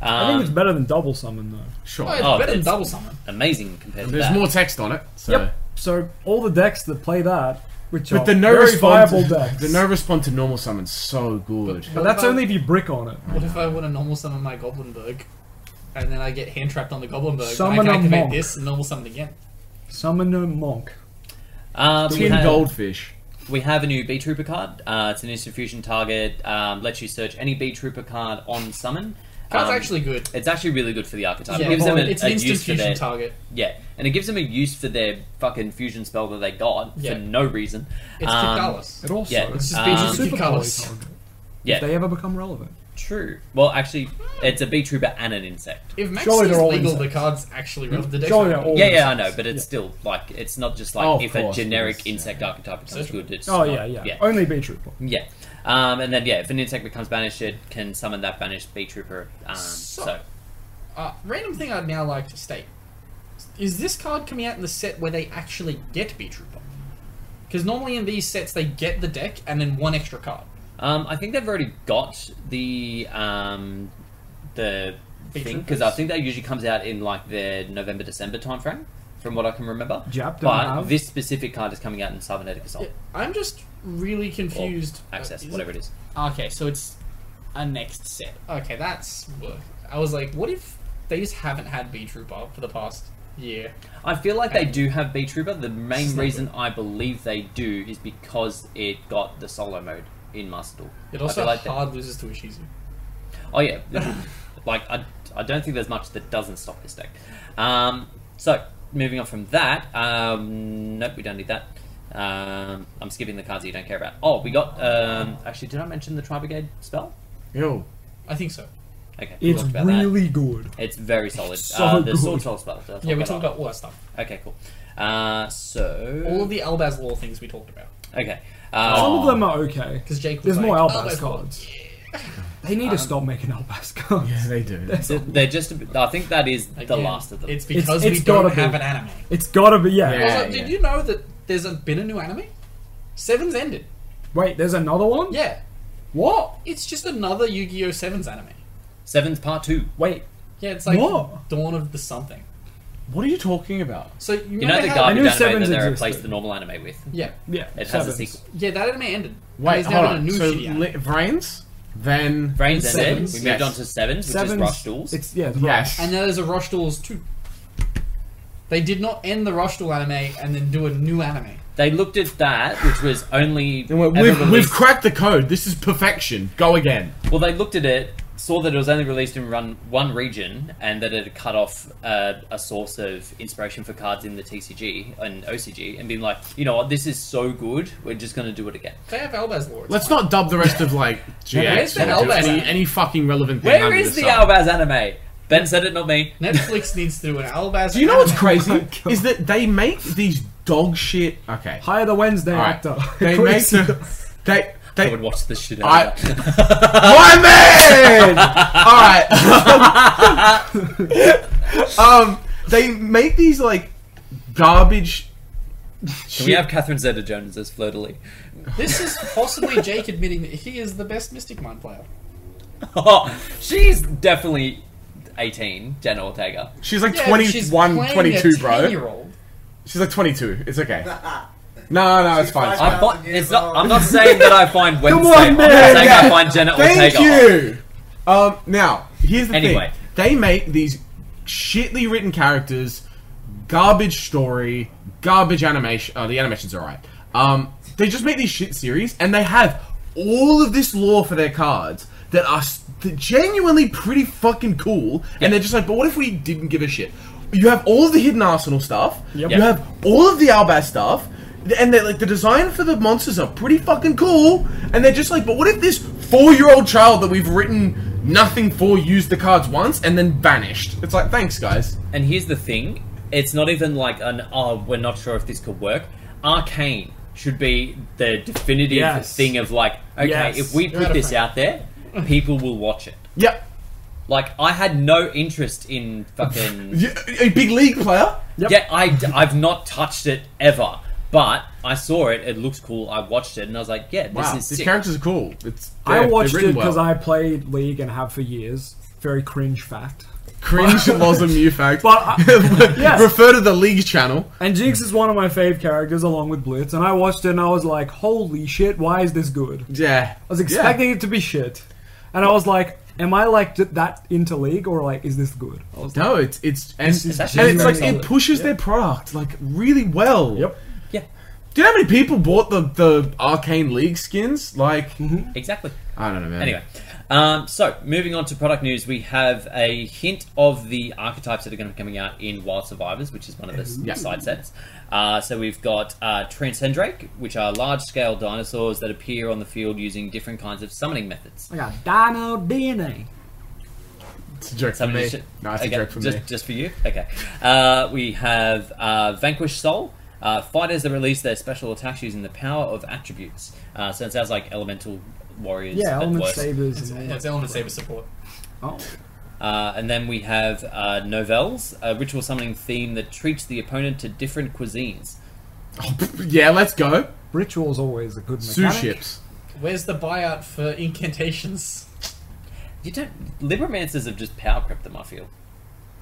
C: Um,
B: I think it's better than double summon though.
A: Sure.
D: Oh, it's
C: Oh,
D: better than
C: it's-
D: double summon.
C: amazing compared to
A: There's
C: that.
A: more text on it. So.
B: Yep. So all the decks that play that, which
A: But
B: are
A: the no
B: very
A: response,
B: viable decks,
A: the no response to normal summon's so good.
B: but that's only if you brick on it.
D: What if I want to normal summon my Goblinberg, and then I get hand trapped on the Goblinberg, and I
B: Summon
D: can
B: a
D: activate
B: monk.
D: this and normal summon again?
B: Summon a monk.
C: Um, we
A: Tin
C: have-
A: goldfish.
C: We have a new B Trooper card. Uh, it's an institution target. Um, lets you search any B Trooper card on summon.
D: Card's
C: Um,
D: actually good.
C: It's actually really good for the archetype.
D: Yeah,
C: it gives them a,
D: it's
C: a
D: an
C: use for
D: institution
C: their
D: target.
C: yeah, and it gives them a use for their fucking fusion spell that they got
D: Yeah.
C: for no reason.
D: It's
C: Um,
D: Kikalis.
B: It also
C: Yeah, it's
D: just
B: a
C: um,
B: super quality
D: Kikalis.
B: target,
C: Yeah,
B: If they ever become relevant.
C: true. Well, actually, it's a B Trooper and an insect.
D: If Max
B: Surely
D: is
B: they're all
D: legal, the
B: insects.
D: card's actually relevant. The deck's
B: Surely
D: not
B: they're all
C: Yeah, yeah, I
B: insects.
C: know, but it's
B: Yeah.
C: still like it's not just like
A: Oh, of
C: if
A: course,
C: a generic
A: yes, yeah.
C: insect archetype becomes
D: Searchable.
C: good. It's
B: Oh
C: not-
B: yeah, yeah,
C: yeah.
B: Only B trooper.
C: Yeah. Um, and then yeah, if an insect becomes banished, it can summon that banished bee trooper. Um,
D: So-
C: so
D: Uh, random thing I'd now like to state is this card coming out in the set where they actually get B Trooper? Because normally in these sets they get the deck and then one extra card.
C: Um, I think they've already got the um, the
D: Big
C: thing
D: Troopers.
C: because I think that usually comes out in like the November December timeframe, from what I can remember.
B: Jap don't
C: but
B: have-
C: this specific card is coming out in Cybernetic Assault
D: I'm just really confused.
C: Oh. Access,
D: Uh, is
C: whatever it is.
D: Okay, so it's a next set. Okay, that's work. I was like, what if they just haven't had B Trooper for the past year?
C: I feel like they do have B Trooper. The main
D: not
C: reason I believe they do is because it got the solo mode in Master Duel.
D: It
C: I
D: also
C: feel like that-
D: hard loses to Ishizu.
C: Oh yeah, like I, I don't think there's much that doesn't stop this deck. Um, so moving on from that, um, nope, we don't need that. Um, I'm skipping the cards that you don't care about. Oh, we got um, actually, did I mention the Tri Brigade spell?
A: Yo,
D: I think so.
C: Okay, we
B: It's
C: talked about
B: really good.
C: that. It's very solid.
B: so
C: uh, the Sword
B: good.
C: Troll spell. did I
D: Yeah, we
C: talk
D: talked
C: that?
D: about all that stuff.
C: Okay, cool. Uh, so
D: All of the Elbaz lore things we talked about.
C: okay,
B: Some
C: uh,
B: of them are okay.
D: Because Jake was
B: There's more
D: like,
B: Albas
D: Elbaz lore.
B: cards. They need to stop making Albas cards.
A: Um, yeah, they do.
C: they're just. I think that is the
D: Again,
C: last of them.
D: It's
B: It's-
D: because
B: it's
D: we don't
B: gotta be.
D: have an anime.
B: It's gotta be yeah.
A: Yeah.
D: Also, did you know that there's a, been a new anime? Seven's ended.
B: Wait, there's another one.
D: Yeah,
B: What?
D: it's just another Yu-Gi-Oh! Sevens anime.
C: Seven's part two.
B: Wait,
D: Yeah, it's like
B: What?
D: Dawn of the Something.
A: What are you talking about?
D: So you,
C: You know the
D: remember how-
B: I knew
C: garbage anime
B: Sevens
C: that they
B: existed.
C: replaced the normal anime with.
D: Yeah,
B: Yeah,
C: It has
B: Sevens.
C: a sequel.
D: yeah, that anime ended. And
A: Wait,
D: he's now
A: hold
D: got
A: on.
D: A new
A: so
D: shitty anime.
A: li- Vrains, then
C: Brains ended.
D: Sevens.
C: We moved
A: Yes.
C: on to Sevens, which is
B: Sevens-
C: Rush Duels.
B: It's yeah, it's
A: yes,
D: and now there's a Rush Duels two. They did not end the Rush Duel anime and then do a new anime.
C: They looked at that, which was only
A: And we're-
C: ever
A: we've, we've
C: released-
A: cracked the code. This is perfection. Go again.
C: Well, they looked at it, saw that it was only released in run one region, and that it had cut off uh, a source of inspiration for cards in the TCG and OCG, and been like, you know what, this is so good, we're just going to do it again.
D: They have Elbaz lore. it's
A: Let's
D: fine.
A: not dub the rest of like GX
D: where's the
A: or do
D: Albaz
A: any,
D: at?
A: any fucking relevant thing.
C: Where
A: under
C: is the
A: sun.
C: Albaz anime? Ben said it, not me.
D: Netflix needs to do an Elbaz.
A: Do you know what's crazy?
B: God.
A: is that they make these dog shit. Okay,
B: Hire the Wednesday
A: Alright.
B: actor.
A: They make the, they
C: I
A: they
C: would watch the shit
A: I-
C: out of that.
A: My man! Alright. um, they make these, like, garbage.
C: Can we have Catherine Zeta Jones as Fleur de Lis?
D: This is possibly Jake admitting that he is the best Mystic Mind player.
C: she's definitely 18, Jenna Ortega.
A: She's like
D: Yeah, but she's
A: 21,
D: playing
A: 22,
D: a
A: bro.
D: 10-year-old.
A: She's like 22. It's okay. No, no, it's
E: She's
A: fine. It's fine.
C: I
E: five-
C: find,
E: years
C: it's not, I'm
E: old.
C: not saying that I find Wednesday.
B: on,
C: I'm not
B: man.
C: saying I
A: Yeah.
C: find Jenna
A: Thank
C: Ortega.
A: you! Um, now, here's the
C: Anyway.
A: thing. They make these shitly written characters, garbage story, garbage animation. Oh, the animation's alright. Um, they just make these shit series, and they have all of this lore for their cards that are s- that genuinely pretty fucking cool.
C: Yeah.
A: And they're just like, but what if we didn't give a shit? You have all of the hidden arsenal stuff.
B: Yep.
A: You
C: Yeah.
A: have all of the Albaz stuff, and they're like the design for the monsters are pretty fucking cool. And they're just like, but what if this four-year-old child that we've written nothing for used the cards once and then vanished? It's like, thanks, guys.
C: And here's the thing: it's not even like an "oh, we're not sure if this could work." Arcane should be the definitive
B: Yes.
C: thing of like, okay,
B: Yes.
C: if we
D: You're
C: put
D: out of
C: this
D: frame.
C: out there, people will watch it.
A: Yep.
C: Like, I had no interest in fucking.
A: Y- A big league player.
B: Yep.
C: Yeah, I, I've not touched it ever, but I saw it. It looks cool. I watched it, and I was like, yeah, this
A: Wow,
C: is
A: these
C: sick.
A: characters are cool. It's
B: I
A: they're-
B: watched
A: they're
B: it
A: written
B: because
A: well.
B: I played League and have for years. Very cringe fact.
A: cringe was a new fact.
B: But I, yes,
A: Refer to the league channel.
B: and Jinx is one of my fave characters along with Blitz. And I watched it and I was like, holy shit, why is this good?
A: Yeah,
B: I was expecting it to be shit, and I was like, am I like th- that into League or like is this good? I was like,
A: No, it's it's and
B: is
A: it's,
C: actually
A: and it's like
C: very
A: it
C: solid.
A: pushes their product like really well.
B: yep.
C: Yeah,
A: Do you know how many people bought the the Arcane League skins? Like,
B: Mm-hmm.
C: exactly.
A: I don't know, man.
C: Anyway, um, so moving on to product news, we have a hint of the archetypes that are going to be coming out in Wild Survivors, which is one of the s-
A: Yeah.
C: side sets. Uh, so we've got uh, Transcendrake, which are large-scale dinosaurs that appear on the field using different kinds of summoning methods.
B: I got Dino DNA.
A: it's a joke for
C: Some of
A: me.
C: the shi-
A: No, it's
C: okay,
A: a joke for
C: just,
A: me.
C: just for you. Okay. Uh, we have uh, Vanquish Soul. Uh, fighters that release their special attacks using the power of attributes. Uh, so it sounds like elemental warriors.
B: Yeah,
C: but
B: Element
C: worse.
B: Sabers. and all
D: Yeah,
B: that.
D: it's Element Saber support.
B: Oh,
C: Uh, and then we have uh, novels, a ritual summoning theme that treats the opponent to different cuisines.
A: yeah, let's go.
B: rituals always a good
A: Sous
B: mechanic.
A: ships.
D: Where's the buyout for incantations?
C: You don't. Libromancers have just power crept them. I feel.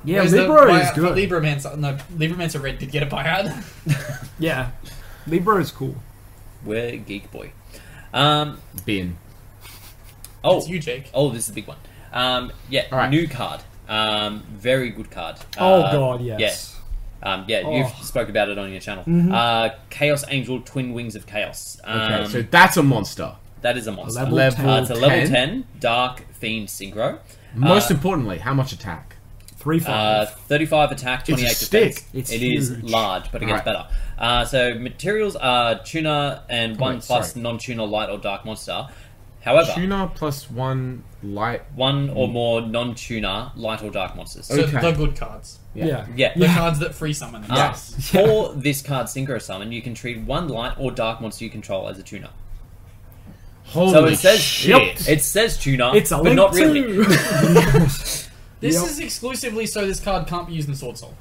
B: Yeah,
D: Where's the
B: Libra
D: buyout
B: is
D: for
B: good.
D: Libromancer, no, Libromancer Red did get a buyout.
B: Yeah, Libra is cool.
C: We're geek boy. Um,
A: Bin.
C: oh,
D: It's you, Jake.
C: oh, this is a big one. Um, yeah,
A: All right.
C: new card. Um, very good card.
B: oh
C: Uh,
B: god, yes.
C: Yeah, um, yeah you've
B: Oh.
C: spoke about it on your channel. Uh, Chaos Angel, Twin Wings of Chaos. Um,
A: Okay, so that's a monster.
C: that is a monster.
B: Level
A: Level
B: 10.
C: uh, it's a level
A: 10.
C: ten Dark Fiend Synchro.
A: Most
C: uh,
A: importantly, how much attack?
B: Three
C: Uh,
B: five.
C: 35 attack, 28
A: It's a
C: defense.
A: stick.
B: It's
C: It is
B: huge.
C: large, but it gets
A: Alright.
C: better. Uh, so materials are tuna and one
A: Oh, wait,
C: plus
A: sorry.
C: non-tuna light or dark monster. However,
A: Tuna Hmm. plus one light.
C: one or more non-tuna light or dark monsters.
D: So
A: Okay.
D: the good cards.
A: Oh, Yeah.
B: yeah.
C: yeah.
D: The cards that free summon.
C: Uh,
A: Yes.
C: For this card synchro summon, you can treat one light or dark monster you control as a tuna.
A: Holy
C: So it says
A: shit.
C: it says tuna,
B: It's a
C: but
B: link
C: not really.
B: too.
D: This
B: Yep.
D: is exclusively so this card can't be used in Sword Soul.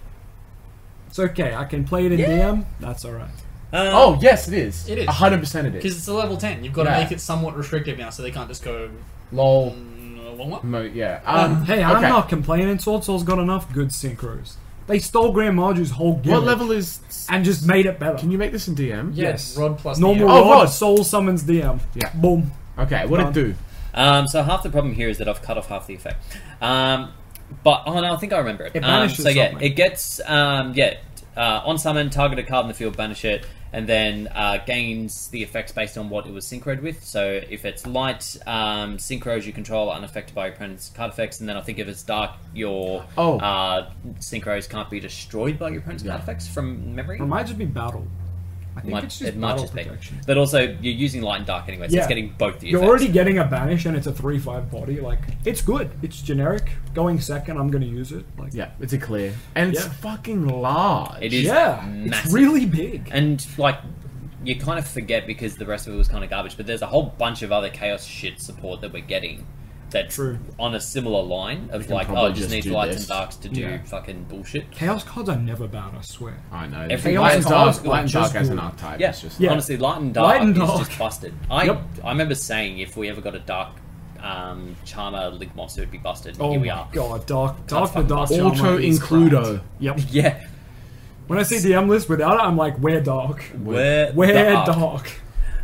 B: it's okay. I can play it in DM. That's all right.
C: Um,
A: Oh yes, it is.
D: It is.
A: hundred percent. It
D: Because
A: is.
D: it's a level 10. You've got
A: Yeah.
D: to make it somewhat restrictive now so they can't just go
A: Lol.
D: mm, a long one.
A: Mo- yeah. Um,
B: Hey, I'm
A: okay.
B: not complaining. Sword Soul's got enough good synchros. They stole Grand Marju's whole gimmick
A: What level is?
B: and just made it better.
A: Can you make this in DM?
D: Yeah,
B: Yes.
D: Rod plus
B: Normal
D: DM.
A: Oh,
B: rod,
A: Rod.
B: soul summons DM.
A: Yeah.
B: Boom.
A: Okay. What would it
B: Done.
A: do?
C: Um, so half the problem here is that I've cut off half the effect. Um, but oh no, I think I remember it.
B: It
C: um,
B: banishes
C: so yeah,
B: something.
C: it gets um, yeah uh, on summon, target a card in the field, banish it, and then uh, gains the effects based on what it was synchroed with. So if it's light, um, synchros you control are unaffected by your opponent's card effects, and then I think if it's dark, your
A: Oh.
C: uh, synchros can't be destroyed by your opponent's
A: Yeah.
C: card effects from memory.
B: It might just be battle. I think
C: Might-
B: it's just
C: it might
B: battle
C: just be.
B: protection.
C: But also, you're using light and dark anyway, so
B: Yeah.
C: it's getting both the
B: You're
C: effects.
B: already getting a banish and it's a 3 5 body. Like, it's good. It's generic. Going second, I'm going to use it. Like,
A: Yeah, it's a clear, and it's
B: Yeah.
A: fucking large.
C: It is
B: yeah. It's
C: massive.
B: really big.
C: and like you kind of forget because the rest of it was kind of garbage but there's a whole bunch of other chaos shit support that we're getting that's
B: True.
C: on a similar line of
A: can
C: like oh
A: probably
C: it just,
A: just
C: needs
A: do
C: lights
A: this.
C: and darks to do
B: Yeah.
C: fucking bullshit
B: Chaos cards are never bad, I swear.
A: I know.
C: Every
A: light and
C: light card
A: dark,
C: is
A: light and
B: just
A: dark as an
B: good.
A: archetype.
C: yeah.
A: It's just
B: Yeah.
C: honestly light and dark
B: Light and
C: is
B: dark.
C: just busted i
B: Yep.
C: i remember saying if we ever got a dark um charmer ligmos it would be busted
B: Oh
C: here we
B: my
C: are
B: god, Dark, Dark the
C: fucking
B: Dark
C: awesome.
B: Charmer
A: auto
B: is
A: includo.
B: cracked. Yep.
C: yeah
B: When I see DM list without it, I'm like, we're Dark.
C: where
B: We're
C: dark.
B: Dark.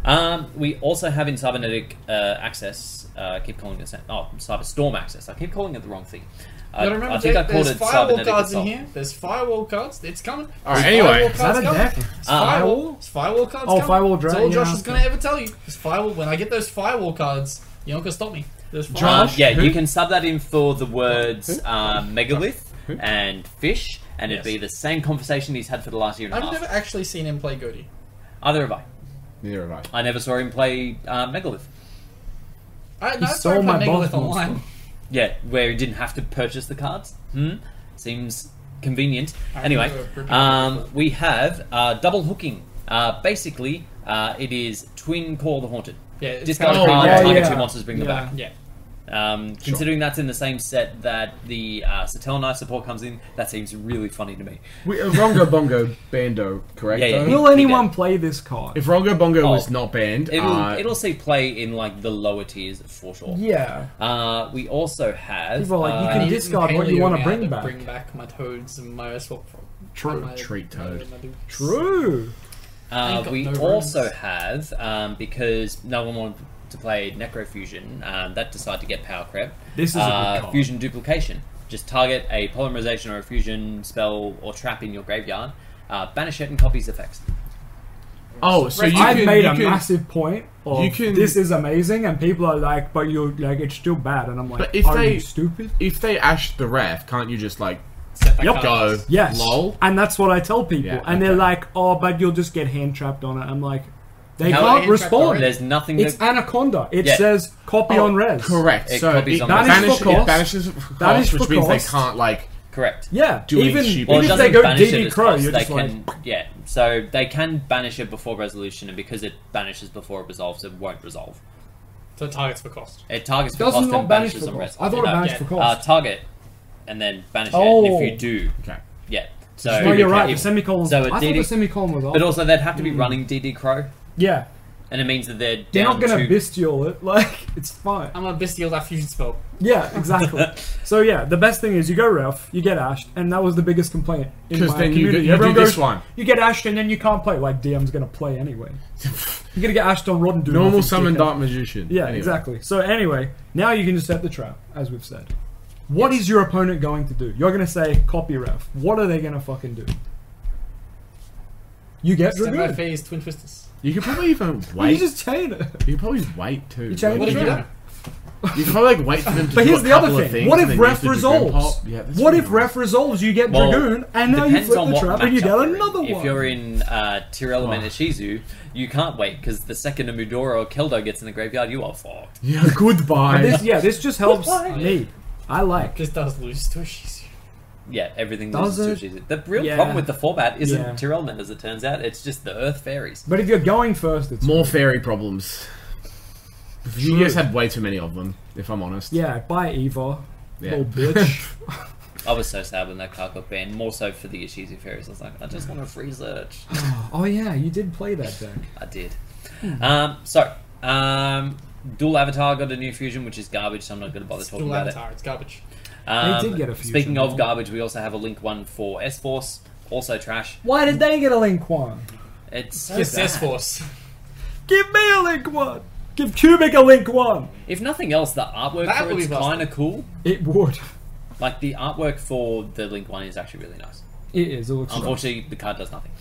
C: Um, we also have in cybernetic uh, access. Uh, I keep calling it sa- oh cyberstorm access. I keep calling it the wrong thing. I,
D: But remember,
C: I think
D: there-
C: I called
D: there's
C: it
D: firewall
C: cybernetic
D: cards
C: assault.
D: in here. There's firewall cards. It's coming.
A: All right,
D: There's
A: anyway.
D: firewall
A: Is
D: cards
B: that a
D: coming.
B: deck?
D: It's
C: Uh,
D: firewall. It's firewall cards.
B: Oh,
D: coming.
B: firewall
D: That's
B: dra-
D: all Josh
B: yeah,
D: is
B: okay.
D: gonna ever tell you. It's firewall. When I get those firewall cards, you're not gonna stop me. There's firewall.
C: Um, yeah,
A: who-
C: you can sub that in for the words um, megalith and fish, and it'd
D: Yes.
C: be the same conversation he's had for the last year and a
D: I've
C: half.
D: never actually seen him play Goody.
C: Either have I.
A: neither have I.
C: I never saw him play uh, megalith.
D: I,
B: He
D: no, I've
B: stole
D: played
B: my boss
D: Megalith online.
B: monster.
C: Yeah, where he didn't have to purchase the cards. Hmm? Seems convenient.
D: I
C: Anyway,
D: remember ripping it
C: um,
D: off.
C: we have uh, double hooking. Uh, basically, uh, it is twin call the haunted.
D: Yeah, it's
C: Discard
D: how-
C: a
A: Oh,
C: card,
A: yeah,
C: target
B: yeah.
C: two monsters, bring them
B: Yeah.
C: back.
D: Yeah.
C: Um, Considering that's in the same set that the uh, Satel Knife support comes in, that seems really funny to me.
A: We, uh, Rongo Bongo Bando, correct?
C: Yeah, yeah.
A: though?
C: We'll-
B: Will
C: He
B: anyone
C: did.
B: play this card?
A: If Rongo Bongo
C: Oh.
A: was not banned,
C: It'll,
A: uh,
C: it'll see play in like the lower tiers for sure.
B: yeah.
C: Uh, we also have.
B: People are like, you
C: uh,
B: can
D: I need
B: discard what you
D: Paleo
B: wanna
D: now
B: bring
D: to
B: back.
D: Bring back my toads and my swap frog.
B: True.
D: My-
A: Treat
D: my-
A: toad.
D: my dudes.
B: True.
C: Uh,
D: Ain't got
C: we
D: no
C: also
D: rooms.
C: have um, because no one wanted to play Necrofusion. Um, that decided to get power creep.
B: This is a good
C: uh,
B: card.
C: fusion duplication. Just target a polymerization or a fusion spell or trap in your graveyard. Uh, banish it and copies effects.
A: oh, so you
B: I've
A: can,
B: made
A: you
B: a
A: can-
B: massive point of
A: you can-
B: this is amazing, and people are like, but you like it's still bad, and I'm like,
A: But if
B: are
A: they-
B: you stupid?
A: If they ash the ref, can't you just like
D: Set back
B: Yup.
D: up.
A: go?
B: Yes.
A: Lol.
B: And that's what I tell people,
A: Yeah,
B: and they're
A: okay.
B: like, oh, but you'll just get hand trapped on it. I'm like, they
C: How-
B: can't
D: Hand-trapped
B: respond.
D: already?
C: There's nothing
B: It's
C: that
B: anaconda. It
C: Yeah.
B: says copy on res.
A: Correct.
C: It
A: so it,
C: copies on the-
B: That is
A: banishes,
B: for
A: it
B: cost.
A: banishes for
B: That
A: cost,
B: is
A: which
B: for
A: means they
B: cost.
A: can't like.
C: correct.
B: Yeah.
A: Doing
B: even
A: shit. Even
C: Well, it
B: even if
C: doesn't
B: they go
C: banish it
B: DD
C: as
B: Crow,
C: cost,
B: you're
C: they
B: just like,
C: can, yeah. So they can banish it before resolution, and because it banishes before it resolves, it won't resolve.
D: So targets for cost.
C: It targets for
B: does
C: cost
B: not
C: and
B: banish
C: banishes on
B: for cost.
C: rest.
B: I thought it
C: No,
B: banished
D: yeah.
B: for
C: uh,
B: cost.
C: target and then banish it.
B: Oh.
C: And if you do,
A: Okay.
C: yeah. So
B: no, you're
A: okay.
B: right. The
C: if-
B: semicolon.
C: So a
B: I thought
C: DD
B: the semicolon was off.
C: But also, they'd have to be running DD Crow,
B: yeah,
C: and it means that they're down
B: they're not gonna
C: to.
B: bestial it. Like it's fine.
D: I'm gonna bestial that fusion spell.
B: Yeah, exactly. so yeah, the best thing is you go Ralph, you get ashed, and that was the biggest complaint in
A: 'Cause
B: my
A: then you
B: community.
A: do- you
B: Everyone
A: do
B: goes,
A: this one.
B: You get ashed and then you can't play. Like DM's gonna play anyway. You're gonna get ashed on Rod and do
A: Normal
B: nothing,
A: summon
B: dickhead.
A: Dark Magician.
B: Yeah,
A: Anyway.
B: exactly. So anyway, now you can just set the trap, as we've said. What is your opponent going to do? You're gonna say copy Ralph. What are they gonna fucking do? You get
D: Send my
B: Dragoon.
D: phase twin twisters.
A: You could probably even wait.
B: You
A: You,
B: just chain it.
A: could probably wait too.
B: You
A: Like,
B: change
D: What
B: the
D: is
A: you,
B: game.
D: that?
A: could- you could probably like wait for them to.
B: But
A: do
B: here's
A: a
B: the other
A: couple of
B: thing.
A: things
B: What
A: and
B: if
A: then
B: ref
A: use the Dragoon
B: resolves?
A: Pop. Yeah, that's
B: what
A: really
B: if ref resolves? You get
C: Well,
B: Dragoon, and now you
C: depends
B: flip
C: on
B: the
C: what
B: trap, and you
C: matchup
B: get
C: you're in.
B: another
C: If
B: one.
C: you're in uh, tier element
A: Oh.
C: Ishizu, you can't wait because the second a Mudora or Keldo gets in the graveyard, you are fucked.
A: Yeah, goodbye.
B: this, yeah, this just helps
C: Why?
B: me. I like.
D: This does lose to issues.
C: Yeah, everything
B: Does
C: loses to Ishizu. The real
B: Yeah.
C: problem with the format isn't
B: Yeah.
C: tier element, as it turns out. It's just the Earth fairies.
B: But if you're going first, it's
A: More fairy problems. You
B: True.
A: guys had way too many of them, if I'm honest.
B: yeah. Buy Eva,
A: Yeah.
B: little bitch.
C: I was so sad when that card got banned, more so for the Ishizu fairies. I was like, I just want to free search.
B: oh yeah, you did play that deck.
C: I did. Um, so, um, Dual Avatar got a new fusion, which is garbage, so I'm not going to bother talking
D: Dual
C: about
D: avatar. It's garbage.
C: it. Um,
B: did get a few
C: Speaking
B: jump
C: of
B: on.
C: garbage, we also have a link one for S Force, also trash.
B: Why did they get a link one?
C: It's so
D: Yes,
C: bad.
D: S Force.
B: Give me a link one. Give Cubic a link one.
C: If nothing else, the artwork
D: That
C: for
D: would
C: it's
D: be busted.
C: kind of cool.
B: It would.
C: Like the artwork for the Link One is actually really nice.
B: It is. It looks.
C: Unfortunately, the card does nothing.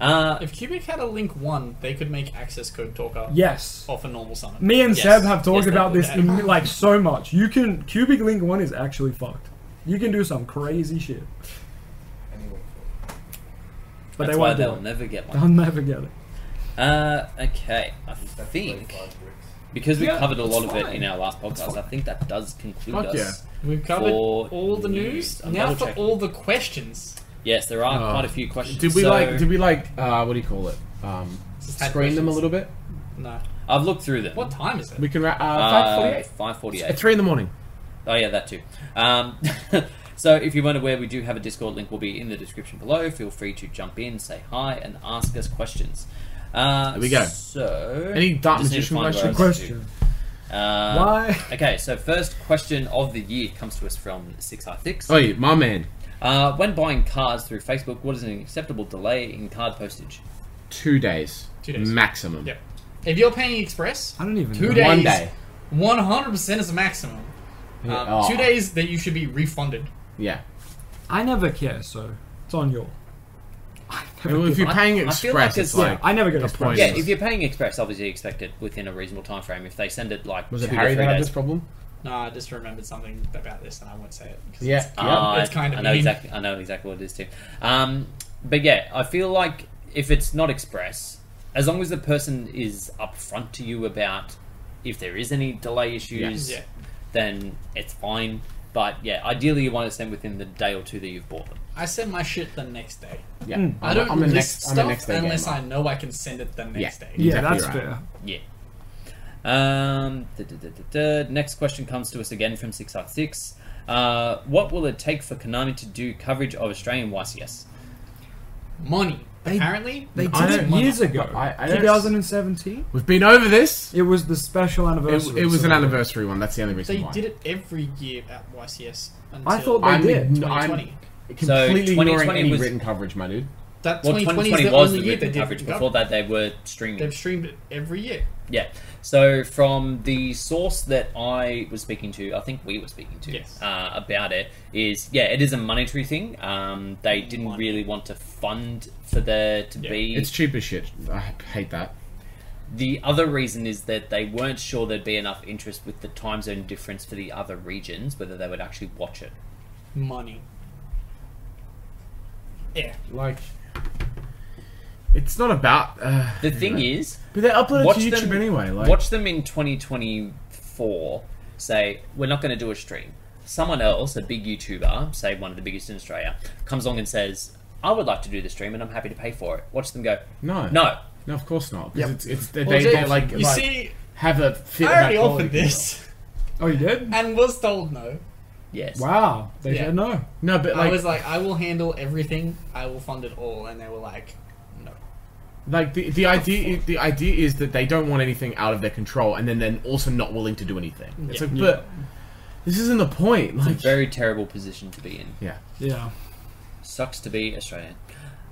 C: Uh,
D: If Cubic had a Link 1, they could make Access Code Talker
B: Yes.
D: off a normal summon.
B: Me and
C: Yes.
B: Seb have talked
C: Yes, they
B: about
C: would.
B: this in, like so much. You can Cubic Link One is actually fucked. You can do some crazy shit,
E: Anyway,
B: but
C: that's
B: they
C: why
B: won't
C: they'll
B: do it.
C: never get one.
B: They'll never get it.
C: Uh, okay, I
E: it's like
C: think
E: 25 bricks.
C: because we
B: Yeah,
C: covered a lot
B: that's
C: of it
B: fine.
C: in our last podcast, I think that does conclude
A: Fuck
C: us.
D: We've covered
C: For
D: all the
C: news.
D: news.
C: I'm
D: Now
C: double
D: for
C: checking.
D: all the questions.
C: Yes, there are
B: Oh.
A: Uh,
C: quite a few questions.
A: Did we
C: so
A: like? Did we like? Uh, what do you call it? Um,
D: had
A: screen them a
D: questions.
A: little bit.
D: No.
C: I've looked through them.
A: Mm.
D: What time is it?
A: We can. Ra- uh,
C: Uh,
A: forty-eight.
C: Five
A: At
C: forty-eight.
A: three in the morning.
C: Oh yeah, that too. Um, so if you wonder where we do have a Discord link, will be in the description below. Feel free to jump in, say hi, and ask us questions. Uh,
A: There we go.
C: So
A: Any dark
C: just need to
A: magician
C: find where
A: questions?
C: I was
B: Question.
C: to. Uh,
B: Why?
C: Okay, so first question of the year comes to us from Six I Six.
A: Oh, yeah, my man.
C: Uh, when buying cards through Facebook, what is an acceptable delay in card postage?
A: Two days.
D: Two days.
A: Maximum.
D: Yep. If you're paying Express,
B: I don't even.
D: Two
B: know.
D: days.
A: One day.
D: 100% is the maximum. Um,
A: Oh.
D: Two days that you should be refunded.
A: Yeah.
B: I never care, so it's on your. I never
A: Well, if
B: give-
A: you're
C: I-
A: paying
C: I feel
A: express,
C: like
A: it's,
C: it's-
A: like
B: I never get
A: the
B: a
A: point.
C: Yeah,
A: Yes.
C: if you're paying Express, obviously expect it within a reasonable time frame. If they send it like
A: was
C: two
A: it Harry
C: to three
A: that had
C: days,
A: this problem?
D: No, I just remembered something about this and I won't say it. 'cause
A: Yeah.
D: it's-
C: Uh,
D: it's kind of
C: I know
D: mean.
C: exactly. I know exactly what it is too. Um, but yeah, I feel like if it's not express, as long as the person is upfront to you about if there is any delay issues,
D: Yeah. Yeah.
C: then it's fine. But yeah, ideally you want to send within the day or two that you've bought them.
D: I send my shit the next day.
A: Yeah.
D: Mm. I don't
A: I'm a
D: list
A: next,
D: stuff
A: I'm a next day
D: unless
A: gamer.
D: I know I can send it the next day.
B: Yeah,
A: Exactly
B: that's
A: right.
B: fair.
C: Yeah. Um, duh, duh, duh, duh, duh. Next question comes to us again from Six Out Six. Uh, what will it take for Konami to do coverage of Australian YCS?
D: Money.
B: They-
D: Apparently,
B: They
A: I
B: did
A: don't-
B: it years ago.
A: I- I don't-
B: 2017.
A: We've been over this.
B: It was the special
A: It,
B: anniversary.
A: it was an
B: so-
A: anniversary one. That's the only reason
D: they
A: why.
D: did it every year at YCS. Until
B: I thought
A: I'm,
B: They did.
A: ign- I'm
D: 2020.
C: So,
A: completely ignoring
C: 2020
A: any
C: was-
A: written coverage, my dude.
D: That
C: Well,
D: 2020,
C: 2020
D: is the
C: was
D: only
C: the
D: year they
C: written
D: did
C: coverage.
D: cover-
C: Before that, they were streaming.
D: They've streamed it every year.
C: Yeah. So from the source that I was speaking to, I think we were speaking to
D: Yes.
C: uh, about it is yeah, it is a monetary thing. Um, they didn't
D: Money.
C: really want to fund for there to
D: Yeah.
C: be.
A: It's cheap as shit. I hate that.
C: the other reason is that they weren't sure there'd be enough interest with the time zone difference for the other regions, whether they would actually watch it.
D: Money. Yeah.
A: Like, it's not about. Uh,
C: The thing is,
A: but they upload
C: watch
A: it to YouTube
C: them
A: anyway. Like,
C: watch them in 2024 say we're not going to do a stream someone else a big youtuber say one of the biggest in australia comes along and says i would like to do the stream and i'm happy to pay for it watch them go
A: no,
C: no
A: no, of course not. Because
B: Yep.
A: it's, it's they,
D: Well,
A: they, they
D: Jake,
A: like,
D: you
A: like,
D: see,
A: have a fit.
D: I already
A: that quality
D: offered this
B: Oh, you did?
D: and was told no.
C: yes
B: Wow. They
D: Yeah.
B: said no.
A: No, but
D: I
A: like,
D: was like, I will handle everything. I will fund it all, and they were like, no.
A: like the the idea the idea is that they don't want anything out of their control, and then then also not willing to do anything. It's
D: Yeah.
A: like, but this isn't the point.
C: it's a
A: Like,
C: very terrible position to be in
A: yeah,
B: Yeah.
C: sucks to be australian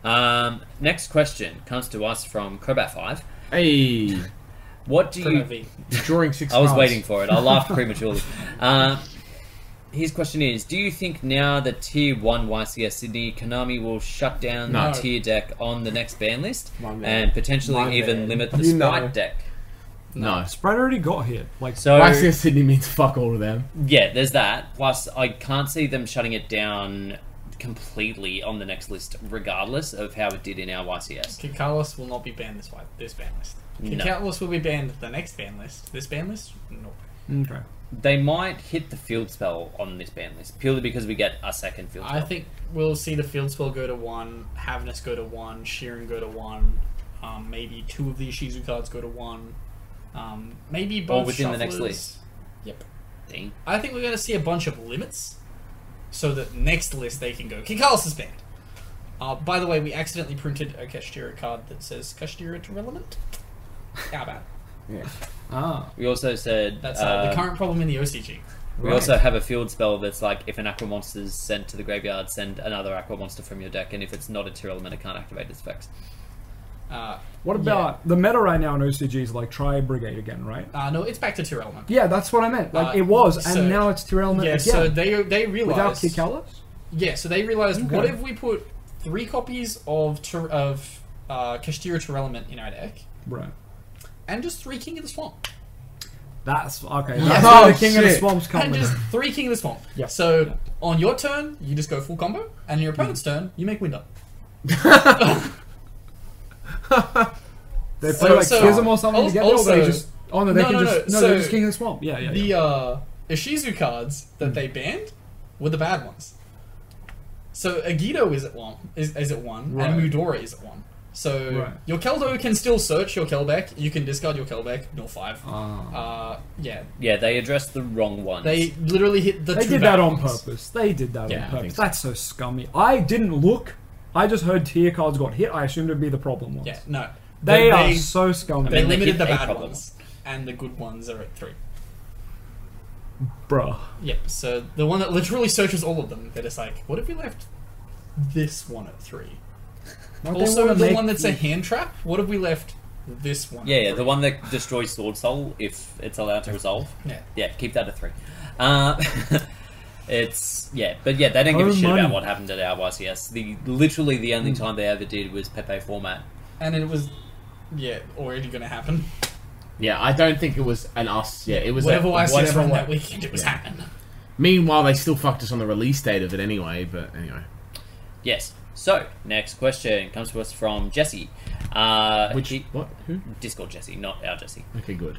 C: um, next question comes to us from Crobat5.
A: hey,
C: What do you
D: Promovi.
A: drawing six.
C: I was
A: cards.
C: waiting for it. I laughed prematurely. Uh, his question is: Do you think now that Tier One YCS Sydney Konami will shut down
A: No.
C: the tier deck on the next ban list
A: My man.
C: and potentially
A: My
C: even
A: man.
C: limit the
A: You know.
C: spike deck?
A: No,
B: Sprite already got here. Like,
C: So
A: YCS Sydney means fuck all of them.
C: yeah, there's that. Plus, I can't see them shutting it down completely on the next list, regardless of how it did in our YCS.
D: Kid Carlos will not be banned this way. This ban list. Kid
C: No.
D: Carlos will be banned the next ban list. This ban list, no.
B: okay.
C: They might hit the field spell on this ban list purely because we get a second field spell.
D: I think we'll see the field spell go to one, Havness go to one, Sheeran go to one, um, maybe two of the Ishizu cards go to one, um, maybe both.
C: within the next
D: shufflers.
C: list.
D: Yep.
C: Thing.
D: I think we're going to see a bunch of limits, so that next list they can go. Kikalis is banned. Uh, by the way, we accidentally printed a Kashtira card that says Kashtira to relevant. How about
A: Yeah.
B: Ah.
C: We also said
D: that's uh,
C: um,
D: the current problem in the OCG?
C: We
B: Right.
C: also have a field spell that's like if an aqua monster is sent to the graveyard, send another aqua monster from your deck, and if it's not a tier element, it can't activate its effects.
D: Uh,
B: What about the meta right now in OCG is like try Brigade again, right?
D: uh, no, it's back to tier element.
B: Yeah, that's what I meant. Like
D: Uh,
B: it was,
D: so-
B: and now it's Tier Element
D: Yeah,
B: again
D: so they they
B: without
D: realized
B: Kikalas.
D: Yeah, so they realized what
B: Okay.
D: if we put three copies of Ter- of uh, Kastira Terrell element in our deck
B: Right.
D: and just three King of the Swamp.
B: That's okay.
A: Yeah.
B: That's where
A: Oh,
B: the King of the
A: shit.
B: Swamps
D: And
B: coming.
D: just three King of the Swamp.
B: Yeah. Mm.
D: So on your turn, you just go full combo, and your opponent's turn, you make window.
B: They play
D: So-
B: like
D: so-
B: Schism or something
D: al-
B: together,
D: also-
B: or they just oh no, they
D: No,
B: can
D: no,
B: just no,
D: no,
B: they're
D: so-
B: just King of the Swamp. Yeah, yeah. yeah. Mm.
D: The uh, Ishizu cards that they banned were the bad ones. So Agito is at one, is, is at one, and
B: Right.
D: Mudora is at one. So
B: Right.
D: your Keldo can still search your Kelbeck. You can discard your Kelbeck, nor five.
B: Ah.
D: Uh, yeah,
C: Yeah, they addressed the wrong ones.
D: they literally hit the.
B: They
D: two
B: did
D: bad
B: that on
D: ones.
B: purpose. They did that
A: Yeah, I
B: on
A: think
B: purpose.
A: so.
B: That's so scummy. I didn't look. I just heard tier cards got hit. I assumed it'd be the problem ones.
D: Yeah, no.
B: They,
D: they,
B: are
D: they,
B: so scummy,
D: they
C: mean, they
D: limited
C: hit
D: the
C: a
D: bad
C: problem.
D: ones, and the good ones are at three.
B: bruh.
D: Yep. So the one that literally searches all of them, they're just like, what if we left this one at three?
B: Why'd they
D: also,
B: wanna
D: the
B: make
D: one that's a
B: me-
D: hand trap. What if we left this one? at
C: Yeah, yeah, the
D: three?
C: one that destroys Sword Soul if it's allowed to resolve.
D: Yeah.
C: Yeah, keep that a three. Uh, it's yeah, but yeah, they don't give
B: Oh,
C: a shit
B: money.
C: about what happened at our YCS. The literally the only time they ever did was Pepe format.
D: And it was, yeah, already going to happen.
A: Yeah, I don't think it was an us. Yeah, it was
D: Whatever
A: a,
D: I said
A: whatever
D: from
A: wa-
D: that weekend, it was
A: Yeah.
D: happening.
A: Meanwhile, they still fucked us on the release date of it anyway. But anyway,
C: Yes. So next question comes to us from Jesse. Uh,
A: which
C: he-
A: what who?
C: Discord Jesse, not our Jesse.
A: Okay, good.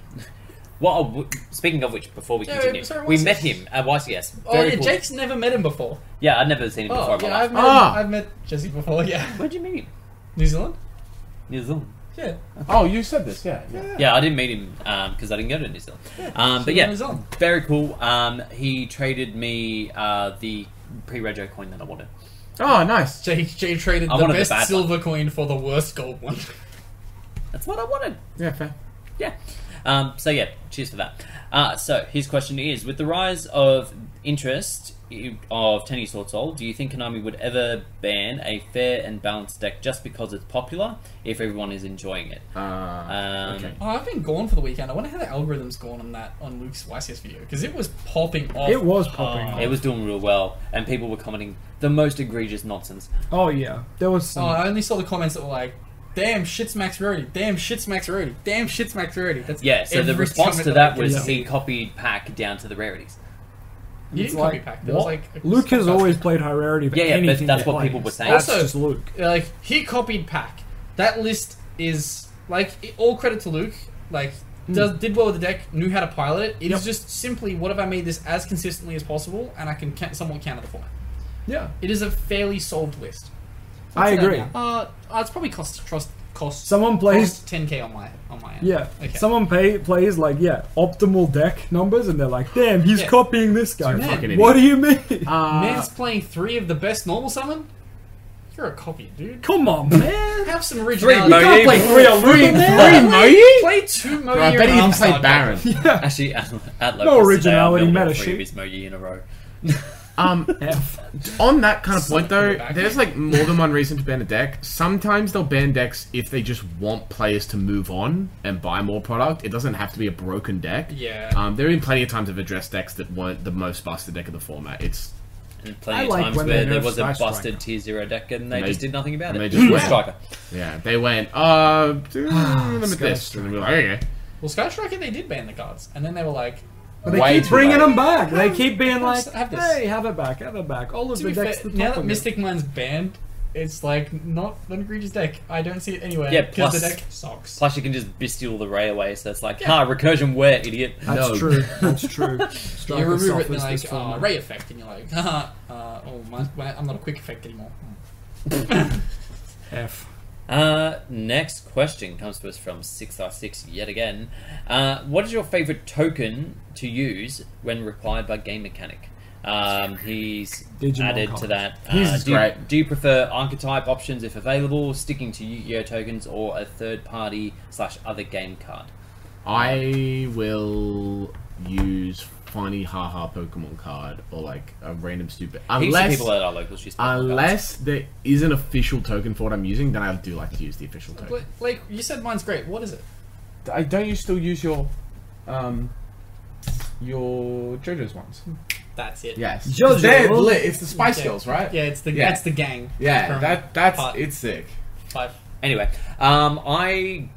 C: Well, w- speaking of which, before we
D: Yeah,
C: continue,
D: sorry,
C: we
D: YCS.
C: met him at YCS.
D: Oh,
C: Very
D: yeah,
C: cool.
D: Jake's never met him before.
C: Yeah, I've never seen him
D: Oh,
C: before. in my
D: yeah,
C: life.
D: I've met,
A: Ah.
D: I've met Jesse before, yeah.
C: Where'd you meet him?
D: New Zealand?
C: New Zealand.
D: Yeah.
A: Oh, you said this, yeah. yeah.
C: Yeah, I didn't meet him because I didn't go to New Zealand. um, but
D: she
C: yeah,
D: was on.
C: very cool. Um, he traded me uh, the pre-rego coin that I wanted.
A: Oh, nice.
D: Jake, Jake traded
C: I
D: the
C: wanted the
D: best
C: bad
D: silver coin for the worst gold one.
C: That's what I wanted.
A: Yeah, fair.
C: Yeah. Um, so yeah, cheers for that. Uh, so his question is: With the rise of interest i- of Tenny Swords Soul, do you think Konami would ever ban a fair and balanced deck just because it's popular if everyone is enjoying it?
B: Ah,
A: Uh,
C: Um,
A: okay.
D: Oh, I've been gone for the weekend. I wonder how the algorithm's gone on that on Luke's YCS video because it was popping off.
B: It
C: Oh.
B: was popping
D: hard.
B: off.
C: It was doing real well, and people were commenting the most egregious nonsense.
B: Oh yeah, there was
D: Oh,
B: some.
D: I only saw the comments that were like, "Damn, shit's max rarity. Damn, shit's max rarity. Damn, shit's max rarity." That's
C: Yeah, so the
D: every
C: response
D: comment
C: to that
D: I
C: was
D: could see.
C: he copied pack down to the rarities.
D: You
B: It's
D: didn't
B: like,
D: copy pack. There was
B: what?
D: like a-
B: Luke has
D: about-
B: always played high rarity, but
C: Yeah, yeah, but
B: anything
C: that's
B: he
C: what
B: plays,
C: people were saying.
B: That's
D: Also-
B: just Luke.
D: They're like he copied pack. That list is like it- all credit to Luke. Like does did well with the deck, knew how to pilot it. It is
B: Hmm. Yep.
D: just simply what have I made this as consistently as possible, and I can ca- somewhat counter the format.
B: Yeah,
D: It is a fairly solved list.
B: I
D: What's it
B: agree.
D: at now? Uh, uh, it's probably cost trust cost.
B: Someone plays-
D: ten k on my on my. end.
B: Yeah,
D: Okay.
B: someone pay, plays like yeah optimal deck numbers, and they're like, damn, he's
D: Yeah.
B: copying this guy.
D: You're a fucking
B: what do you mean?
A: Uh,
D: Man's playing three of the best normal summon. You're a copy, dude.
B: Come on, man.
D: Have some originality.
C: Moe.
B: Can't play three on Luke, man.
D: Play two Moe.
A: Bro, I
D: and
A: bet he even
D: Armstar
A: played
D: Dog.
A: Baron.
B: Yeah.
C: Actually, at, at
B: No
C: Locust
B: originality,
C: today, I
B: meta
C: built all three of
B: shit.
C: his Mogi in a row.
A: Um,
B: F.
A: on that kind of point though,
D: Something back.
A: there's like more than one reason to ban a deck. Sometimes they'll ban decks if they just want players to move on and buy more product. It doesn't have to be a broken deck.
D: Yeah.
A: Um, there have been plenty of times I've addressed decks that weren't the most busted deck of the format. It's
C: And plenty
B: I
C: of
B: like
C: times
B: when
C: where
B: they
C: there
B: nerf
C: was a
B: Smash
C: busted
B: Striker.
C: tier zero deck and they,
A: And they-
C: just did nothing about
A: and
C: it.
A: they just went.
C: Striker.
A: yeah, they went, uh, limit this, and we were like, okay.
D: Well, Sky Striker, they did ban the cards, and then they were like,
B: But they
A: Way
B: keep
A: too
B: bringing
A: late.
B: them back. They keep being like,
D: Have- have this.
B: hey, have it back, have it back. All of
D: to
B: the
D: be fair,
B: decks the top
D: now that
B: again.
D: Mystic Mine's banned, it's like not an egregious deck. I don't see it anywhere.
C: Yeah,
D: because the
C: plus-
D: deck sucks.
C: Plus, you can just bestial the railway, so it's like,
D: Yeah.
C: ha, recursion where, idiot.
B: That's
A: No.
B: true. That's true.
D: You
B: Striker
D: remove it
B: suffers
D: and you're
B: this
D: like, uh,
B: format.
D: Ray effect, and you're like, uh, oh, my, my, I'm not a quick effect anymore.
B: F.
C: Uh, next question comes to us from 6R6 yet again. Uh, what is your favourite token to use when required by game mechanic? Um, he's
B: Digimon
C: added
B: cards.
C: to that. Uh,
A: His is
C: do, you-
A: great.
C: do you prefer archetype options if available, sticking to Yu-Gi-Oh tokens, or a third party slash other game card?
A: I will use use funny haha Pokemon card or like a random stupid
C: Heaps of
A: unless
C: people at our locals just
A: unless there is an official token for what I'm using, then I do like to use the official token.
D: Blake, Blake, you said mine's great. What is it?
A: I don't you still use your um your JoJo's ones?
D: That's it.
A: Yes.
B: JoJo.
A: They're lit. It's the Spice
D: Yeah.
A: Girls, right?
D: Yeah, it's the
A: Yeah.
D: that's the gang.
A: Yeah,
D: From
A: that that's
D: part
A: it's sick.
D: five.
C: Anyway, um, I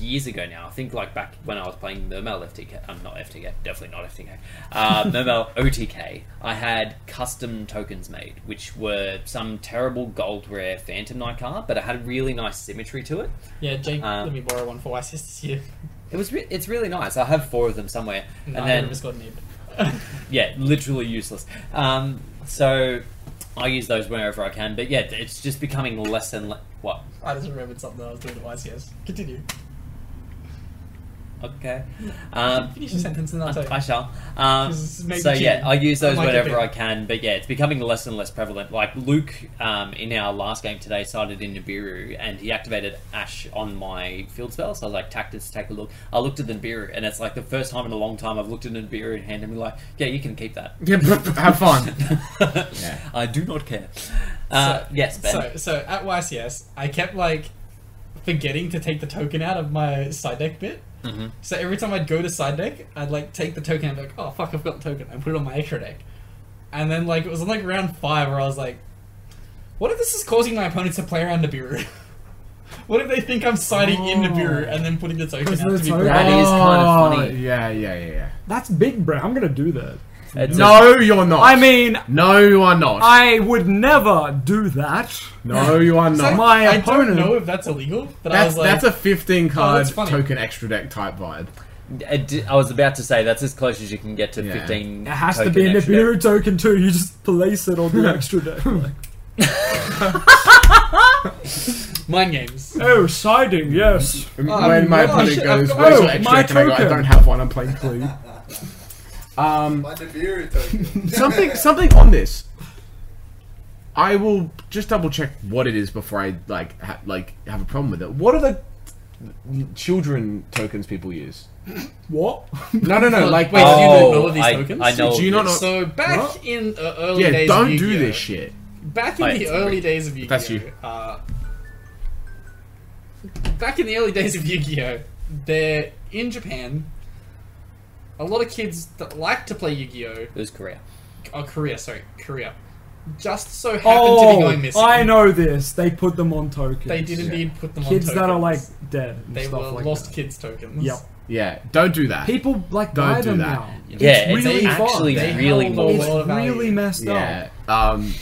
C: years ago now, I think like back when I was playing Mermel FTK, I'm um, not FTK, definitely not FTK, uh, Mermel OTK, I had custom tokens made, which were some terrible gold rare Phantom Knight card, but it had a really nice symmetry to it.
D: Yeah, Jake,
C: Um,
D: let me borrow one for my sister's year.
C: It was re- it's really nice. I have four of them somewhere, and
D: Neither
C: then
D: of us got an E ib.
C: yeah, literally useless. Um, so I use those whenever I can, but yeah, it's just becoming less and less. What?
D: I just remembered something I was doing at YCS. Continue.
C: Okay. Um,
D: Finish your sentence and I'll tell you.
C: I shall. Um,
D: This is maybe
C: so yeah,
D: cheating.
C: I use those
D: I might
C: whenever
D: get
C: I can, but yeah, it's becoming less and less prevalent. Like Luke um, in our last game today started in Nibiru and he activated Ash on my field spell, so I was like, Tactics, take a look. I looked at Nibiru and it's like the first time in a long time I've looked at Nibiru in hand and been like, yeah, you can keep that.
A: Yeah, have fun.
C: I do not care. Uh, yes, Ben.
D: So, so at YCS, I kept like forgetting to take the token out of my side deck bit.
C: Mhm.
D: So every time I'd go to side deck, I'd like take the token and be like, oh fuck, I've got the token, and put it on my extra deck. And then like it was on like round five where I was like, what if this is causing my opponents to play around Nibiru? what if they think I'm siding in Nibiru
C: Oh.
D: and then putting the token out
B: Because
D: to
B: the
D: be
B: token-
C: That is kind
A: Oh,
C: of funny.
A: Yeah, yeah, yeah, yeah.
B: That's big, bro. I'm gonna do that.
C: It's a-
A: No, you're not.
B: I mean,
A: no, you are not.
B: I would never do that.
A: no, you are not.
D: Like,
B: My
D: I
B: opponent-
D: don't know if that's illegal, but I
A: That's
D: was like, oh,
A: that's a 15 card
D: that's funny.
A: token extra deck type vibe.
C: I di- I was about to say that's as close as you can get to
A: Yeah.
C: 15.
B: It has to
C: token
B: be an
C: extra.
B: Nibiru token too. You just place it on the extra deck. Like,
D: mind games.
B: oh, siding, yes.
A: when my
D: gosh,
A: opponent
D: I've
A: goes,
D: got-
A: where's
B: oh,
A: your extra
B: my
A: deck? And I, go, I
B: token.
A: don't have one. I'm playing Clue. um,
E: My Nibiru token.
A: something something on this. I will just double check what it is before I like ha- like have a problem with it. What are the children tokens people use?
B: What?
A: No, no, no. Like,
D: wait,
A: wait,
D: do you
C: Oh,
D: know of these
C: I-
D: tokens?
C: I know
A: Do you
C: of
A: not
C: this.
A: know-
D: So back
B: What?
D: in uh, early
A: yeah,
D: days,
A: don't
D: of
A: do
D: Yu-Gi-Oh!
A: this shit.
D: Back in
C: Wait,
D: the
C: it's
D: early
C: great.
D: days of Yu-Gi-Oh!
A: That's you.
D: Uh, back in the early days of Yu-Gi-Oh! There in Japan, a lot of kids that like to play Yu-Gi-Oh!
C: It was Korea.
D: Oh, Korea, sorry, Korea, just so happened to be
B: Oh,
D: going missing.
B: I know this. They put them on tokens.
D: They did indeed put them
B: Kids
D: on
B: that are like
D: tokens.
B: dead. And
D: they
B: stuff
D: were
B: like
D: lost
B: That.
D: kids tokens.
B: Yep.
A: Yeah, don't do that.
B: People like
A: Don't
B: buy
A: do
B: them
A: that.
B: now.
C: Yeah, it's
B: really fun.
C: actually
D: They
C: really
D: held
C: more.
D: on
B: It's
D: Well, value.
B: really messed up.
A: Yeah. Um,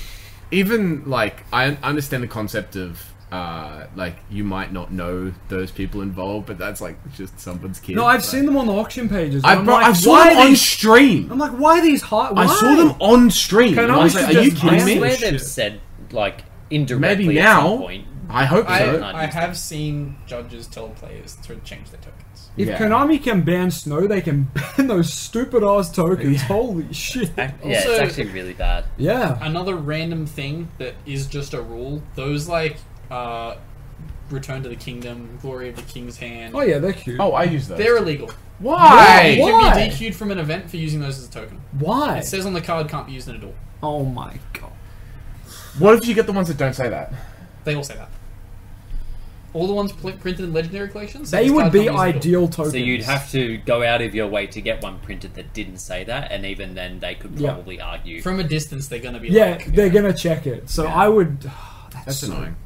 A: even like I un- understand the concept of uh, like you might not know those people involved, but that's like just someone's kid.
B: No, I've
A: Like-
B: seen them on the auction pages.
A: I,
B: I'm
A: bro-
B: like,
A: I saw
B: why
A: them on
B: these-
A: stream.
B: I'm like, why are these high?
A: I saw them on stream.
B: Can
A: and
B: I
A: I was like, are you
B: suggest
A: kidding
C: I
B: my
A: me?
C: swear
B: Shit.
C: they've said like indirectly
A: Maybe
C: at some
A: now.
C: point.
A: I hope so.
D: I, I have seen judges tell players to change their tokens.
B: If
A: Yeah.
B: Konami can ban snow, they can ban those stupid ass tokens. Holy shit!
C: Ac- yeah, it's
D: Also-
C: actually really bad.
B: Yeah.
D: another random thing that is just a rule those like uh return to the kingdom glory of the king's hand
B: Oh yeah, they're cute.
A: oh, I use those.
D: they're illegal
A: Why?
D: you
B: Why?
D: can be dq'd from an event for using those as a token
B: why?
D: it says on the card can't be used in a duel
B: oh my god.
A: What if you get the ones that don't say that?
D: they all say that all the ones pl- printed in legendary collections say
B: They
D: this
B: would
D: card
B: be
D: can't used in a duel.
B: ideal tokens.
C: So you'd have to go out of your way to get one printed that didn't say that, and even then they could
B: Yeah.
C: probably argue.
D: from a distance they're gonna be
B: Yeah,
D: like
B: they're gonna check it. So I would. that's
A: That's
B: so-
A: annoying.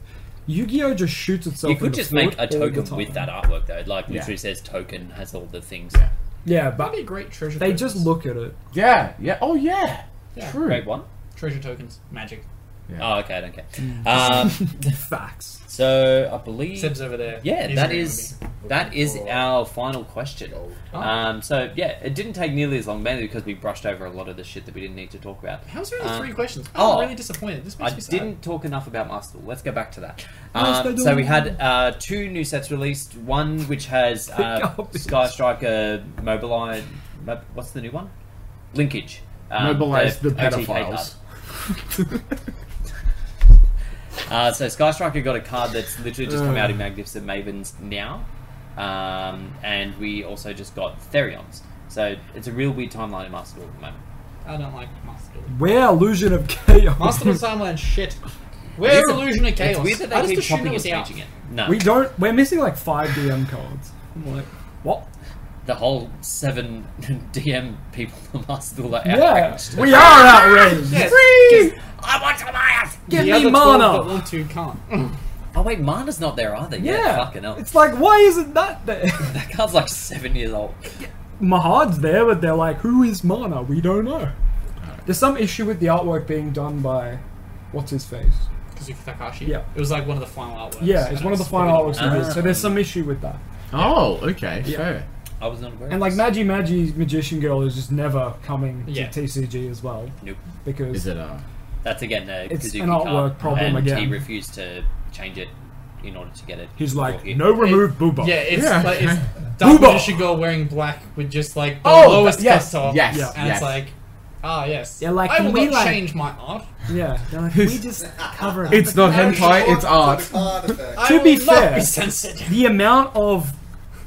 B: Yu-Gi-Oh just shoots itself.
C: you
B: in
C: could
B: the
C: just
B: foot
C: make a
B: all the
C: token
B: time.
C: with that artwork though, like
A: Yeah.
C: literally says token has all the things.
A: Yeah.
B: Yeah,
D: that'd
B: but
D: be great treasure
B: they
D: tokens.
B: just look at it.
A: Yeah. Yeah. Oh yeah.
D: Yeah.
A: True.
C: Great one.
D: treasure tokens magic
A: Yeah.
C: Oh, okay, I don't care. Um,
B: Facts.
C: so I believe
D: Seb's over there
C: Yeah,
D: He's
C: that
D: agreeing with
C: is
D: me.
C: that is
E: for-
C: our final question. Um, so yeah, it didn't take nearly as long, mainly because we brushed over a lot of the shit that we didn't need to talk about.
D: How's there only
C: Um,
D: three questions? I'm
C: oh,
D: really disappointed. This
C: I
D: makes me sad.
C: didn't talk enough about Master Duel. Let's go back to that.
B: Master
C: Um, so we
B: Duel.
C: had uh, two new sets released. One which has uh,
B: up this.
C: Sky Striker Mobilize. Mo- what's the new one? Linkage. Um,
A: Mobilize the
C: OTK
A: pedophiles.
C: card. Uh, so Sky Striker got a card that's literally just come
A: Uh.
C: out in Magnificent Mavens now, um, and we also just got Therions. So it's a real weird timeline in Master Duel at the moment.
D: I don't like Master Duel.
B: Where illusion of chaos?
D: Master Duel Timeland shit. Where
C: It's-
D: Illusion of Chaos?
C: It's weird that they
D: I just
C: keep
D: assumed
C: chopping
D: it
C: and
D: was out.
C: changing it. No,
B: we don't. We're missing like five DM cards. I'm like, what?
C: the whole seven DM people from Master Duel are
B: Yeah,
C: outraged.
B: we are outraged.
D: Yes.
B: Free!
C: I want Goliath!
B: Give
D: the
B: me
D: other 12 that
B: mana.
D: want to can't.
C: Oh wait, Mana's not there either. Yeah, fucking hell.
B: it's like why isn't that there?
C: That card's like seven years old.
B: Mahad's there, but they're like, who is mana? We don't know. There's some issue with the artwork being done by what's his face.
D: Kazuki Takashi.
B: Yeah.
D: It was like one of the final artworks.
B: Yeah,
D: and
B: it's one of the
D: it's
B: final
D: probably-
B: artworks of this, so there's some issue with that.
A: Oh, okay, fair.
C: I was not aware. of
B: And like
C: this.
B: Magi Magi's Magician Girl is just never coming
D: Yeah.
B: to TCG as well
C: Nope.
B: because
A: Is it uh
C: That's again uh, a
B: It's
C: Kazuki
B: an artwork
C: card,
B: problem
C: and He
B: again.
C: refused to change it in order to get it.
B: he's
C: brought
B: like,
C: here.
B: no remove Booba.
D: Yeah, it's
A: Yeah.
D: like it's
B: Booba.
D: Dark should go wearing black with just like the
A: Oh,
D: lowest
A: yes,
D: cut off.
A: yes,
B: Yeah.
D: and
A: yes.
D: it's like, ah, yes.
B: Yeah, like,
D: I
B: can
D: will
B: we,
D: not
B: like-
D: change my art.
B: yeah. They're like, we just cover it.
A: It's not hentai, it's art.
D: I
B: To be
D: will not
B: fair-
D: be censored.
B: the amount of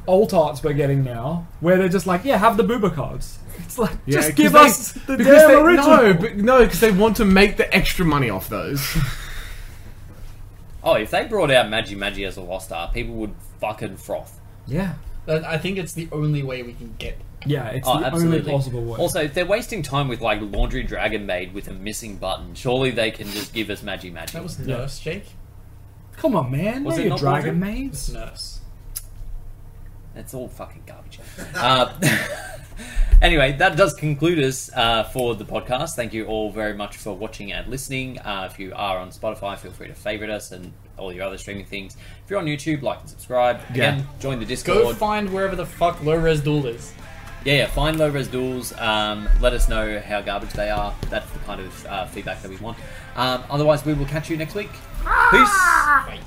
B: alt arts we're getting now, where they're just like, yeah, have the booba cards. It's like,
A: Yeah,
B: just
A: 'cause
B: give
A: they-
B: us the
A: because
B: damn
A: they,
B: original.
A: No, but, no, because they want to make the extra money off those.
C: Oh, if they brought out Magi Magi as a lost art, people would fucking froth.
B: yeah,
D: But I think it's the only way we can get.
B: yeah, it's
C: Oh,
B: the
C: absolutely.
B: only possible way.
C: Also, if they're wasting time with like Laundry Dragon Maid with a missing button, surely they can just give us Magi Magi.
D: That was Nurse, Jake.
B: Come on, man,
C: Was
B: know
C: it
B: your
C: not
B: dragon
C: Audrey?
D: It's
B: maids.
D: Nurse.
C: That's all fucking garbage. Uh, anyway, that does conclude us uh, for the podcast. Thank you all very much for watching and listening. Uh, if you are on Spotify, feel free to favorite us and all your other streaming things. If you're on YouTube, like and subscribe. Again, join the
D: Go
C: Discord.
D: find wherever the fuck low res duel is.
C: yeah, yeah, find low res duels. Um, let us know how garbage they are. That's the kind of uh, feedback that we want. Um, otherwise, we will catch you next week. Peace.
D: Right.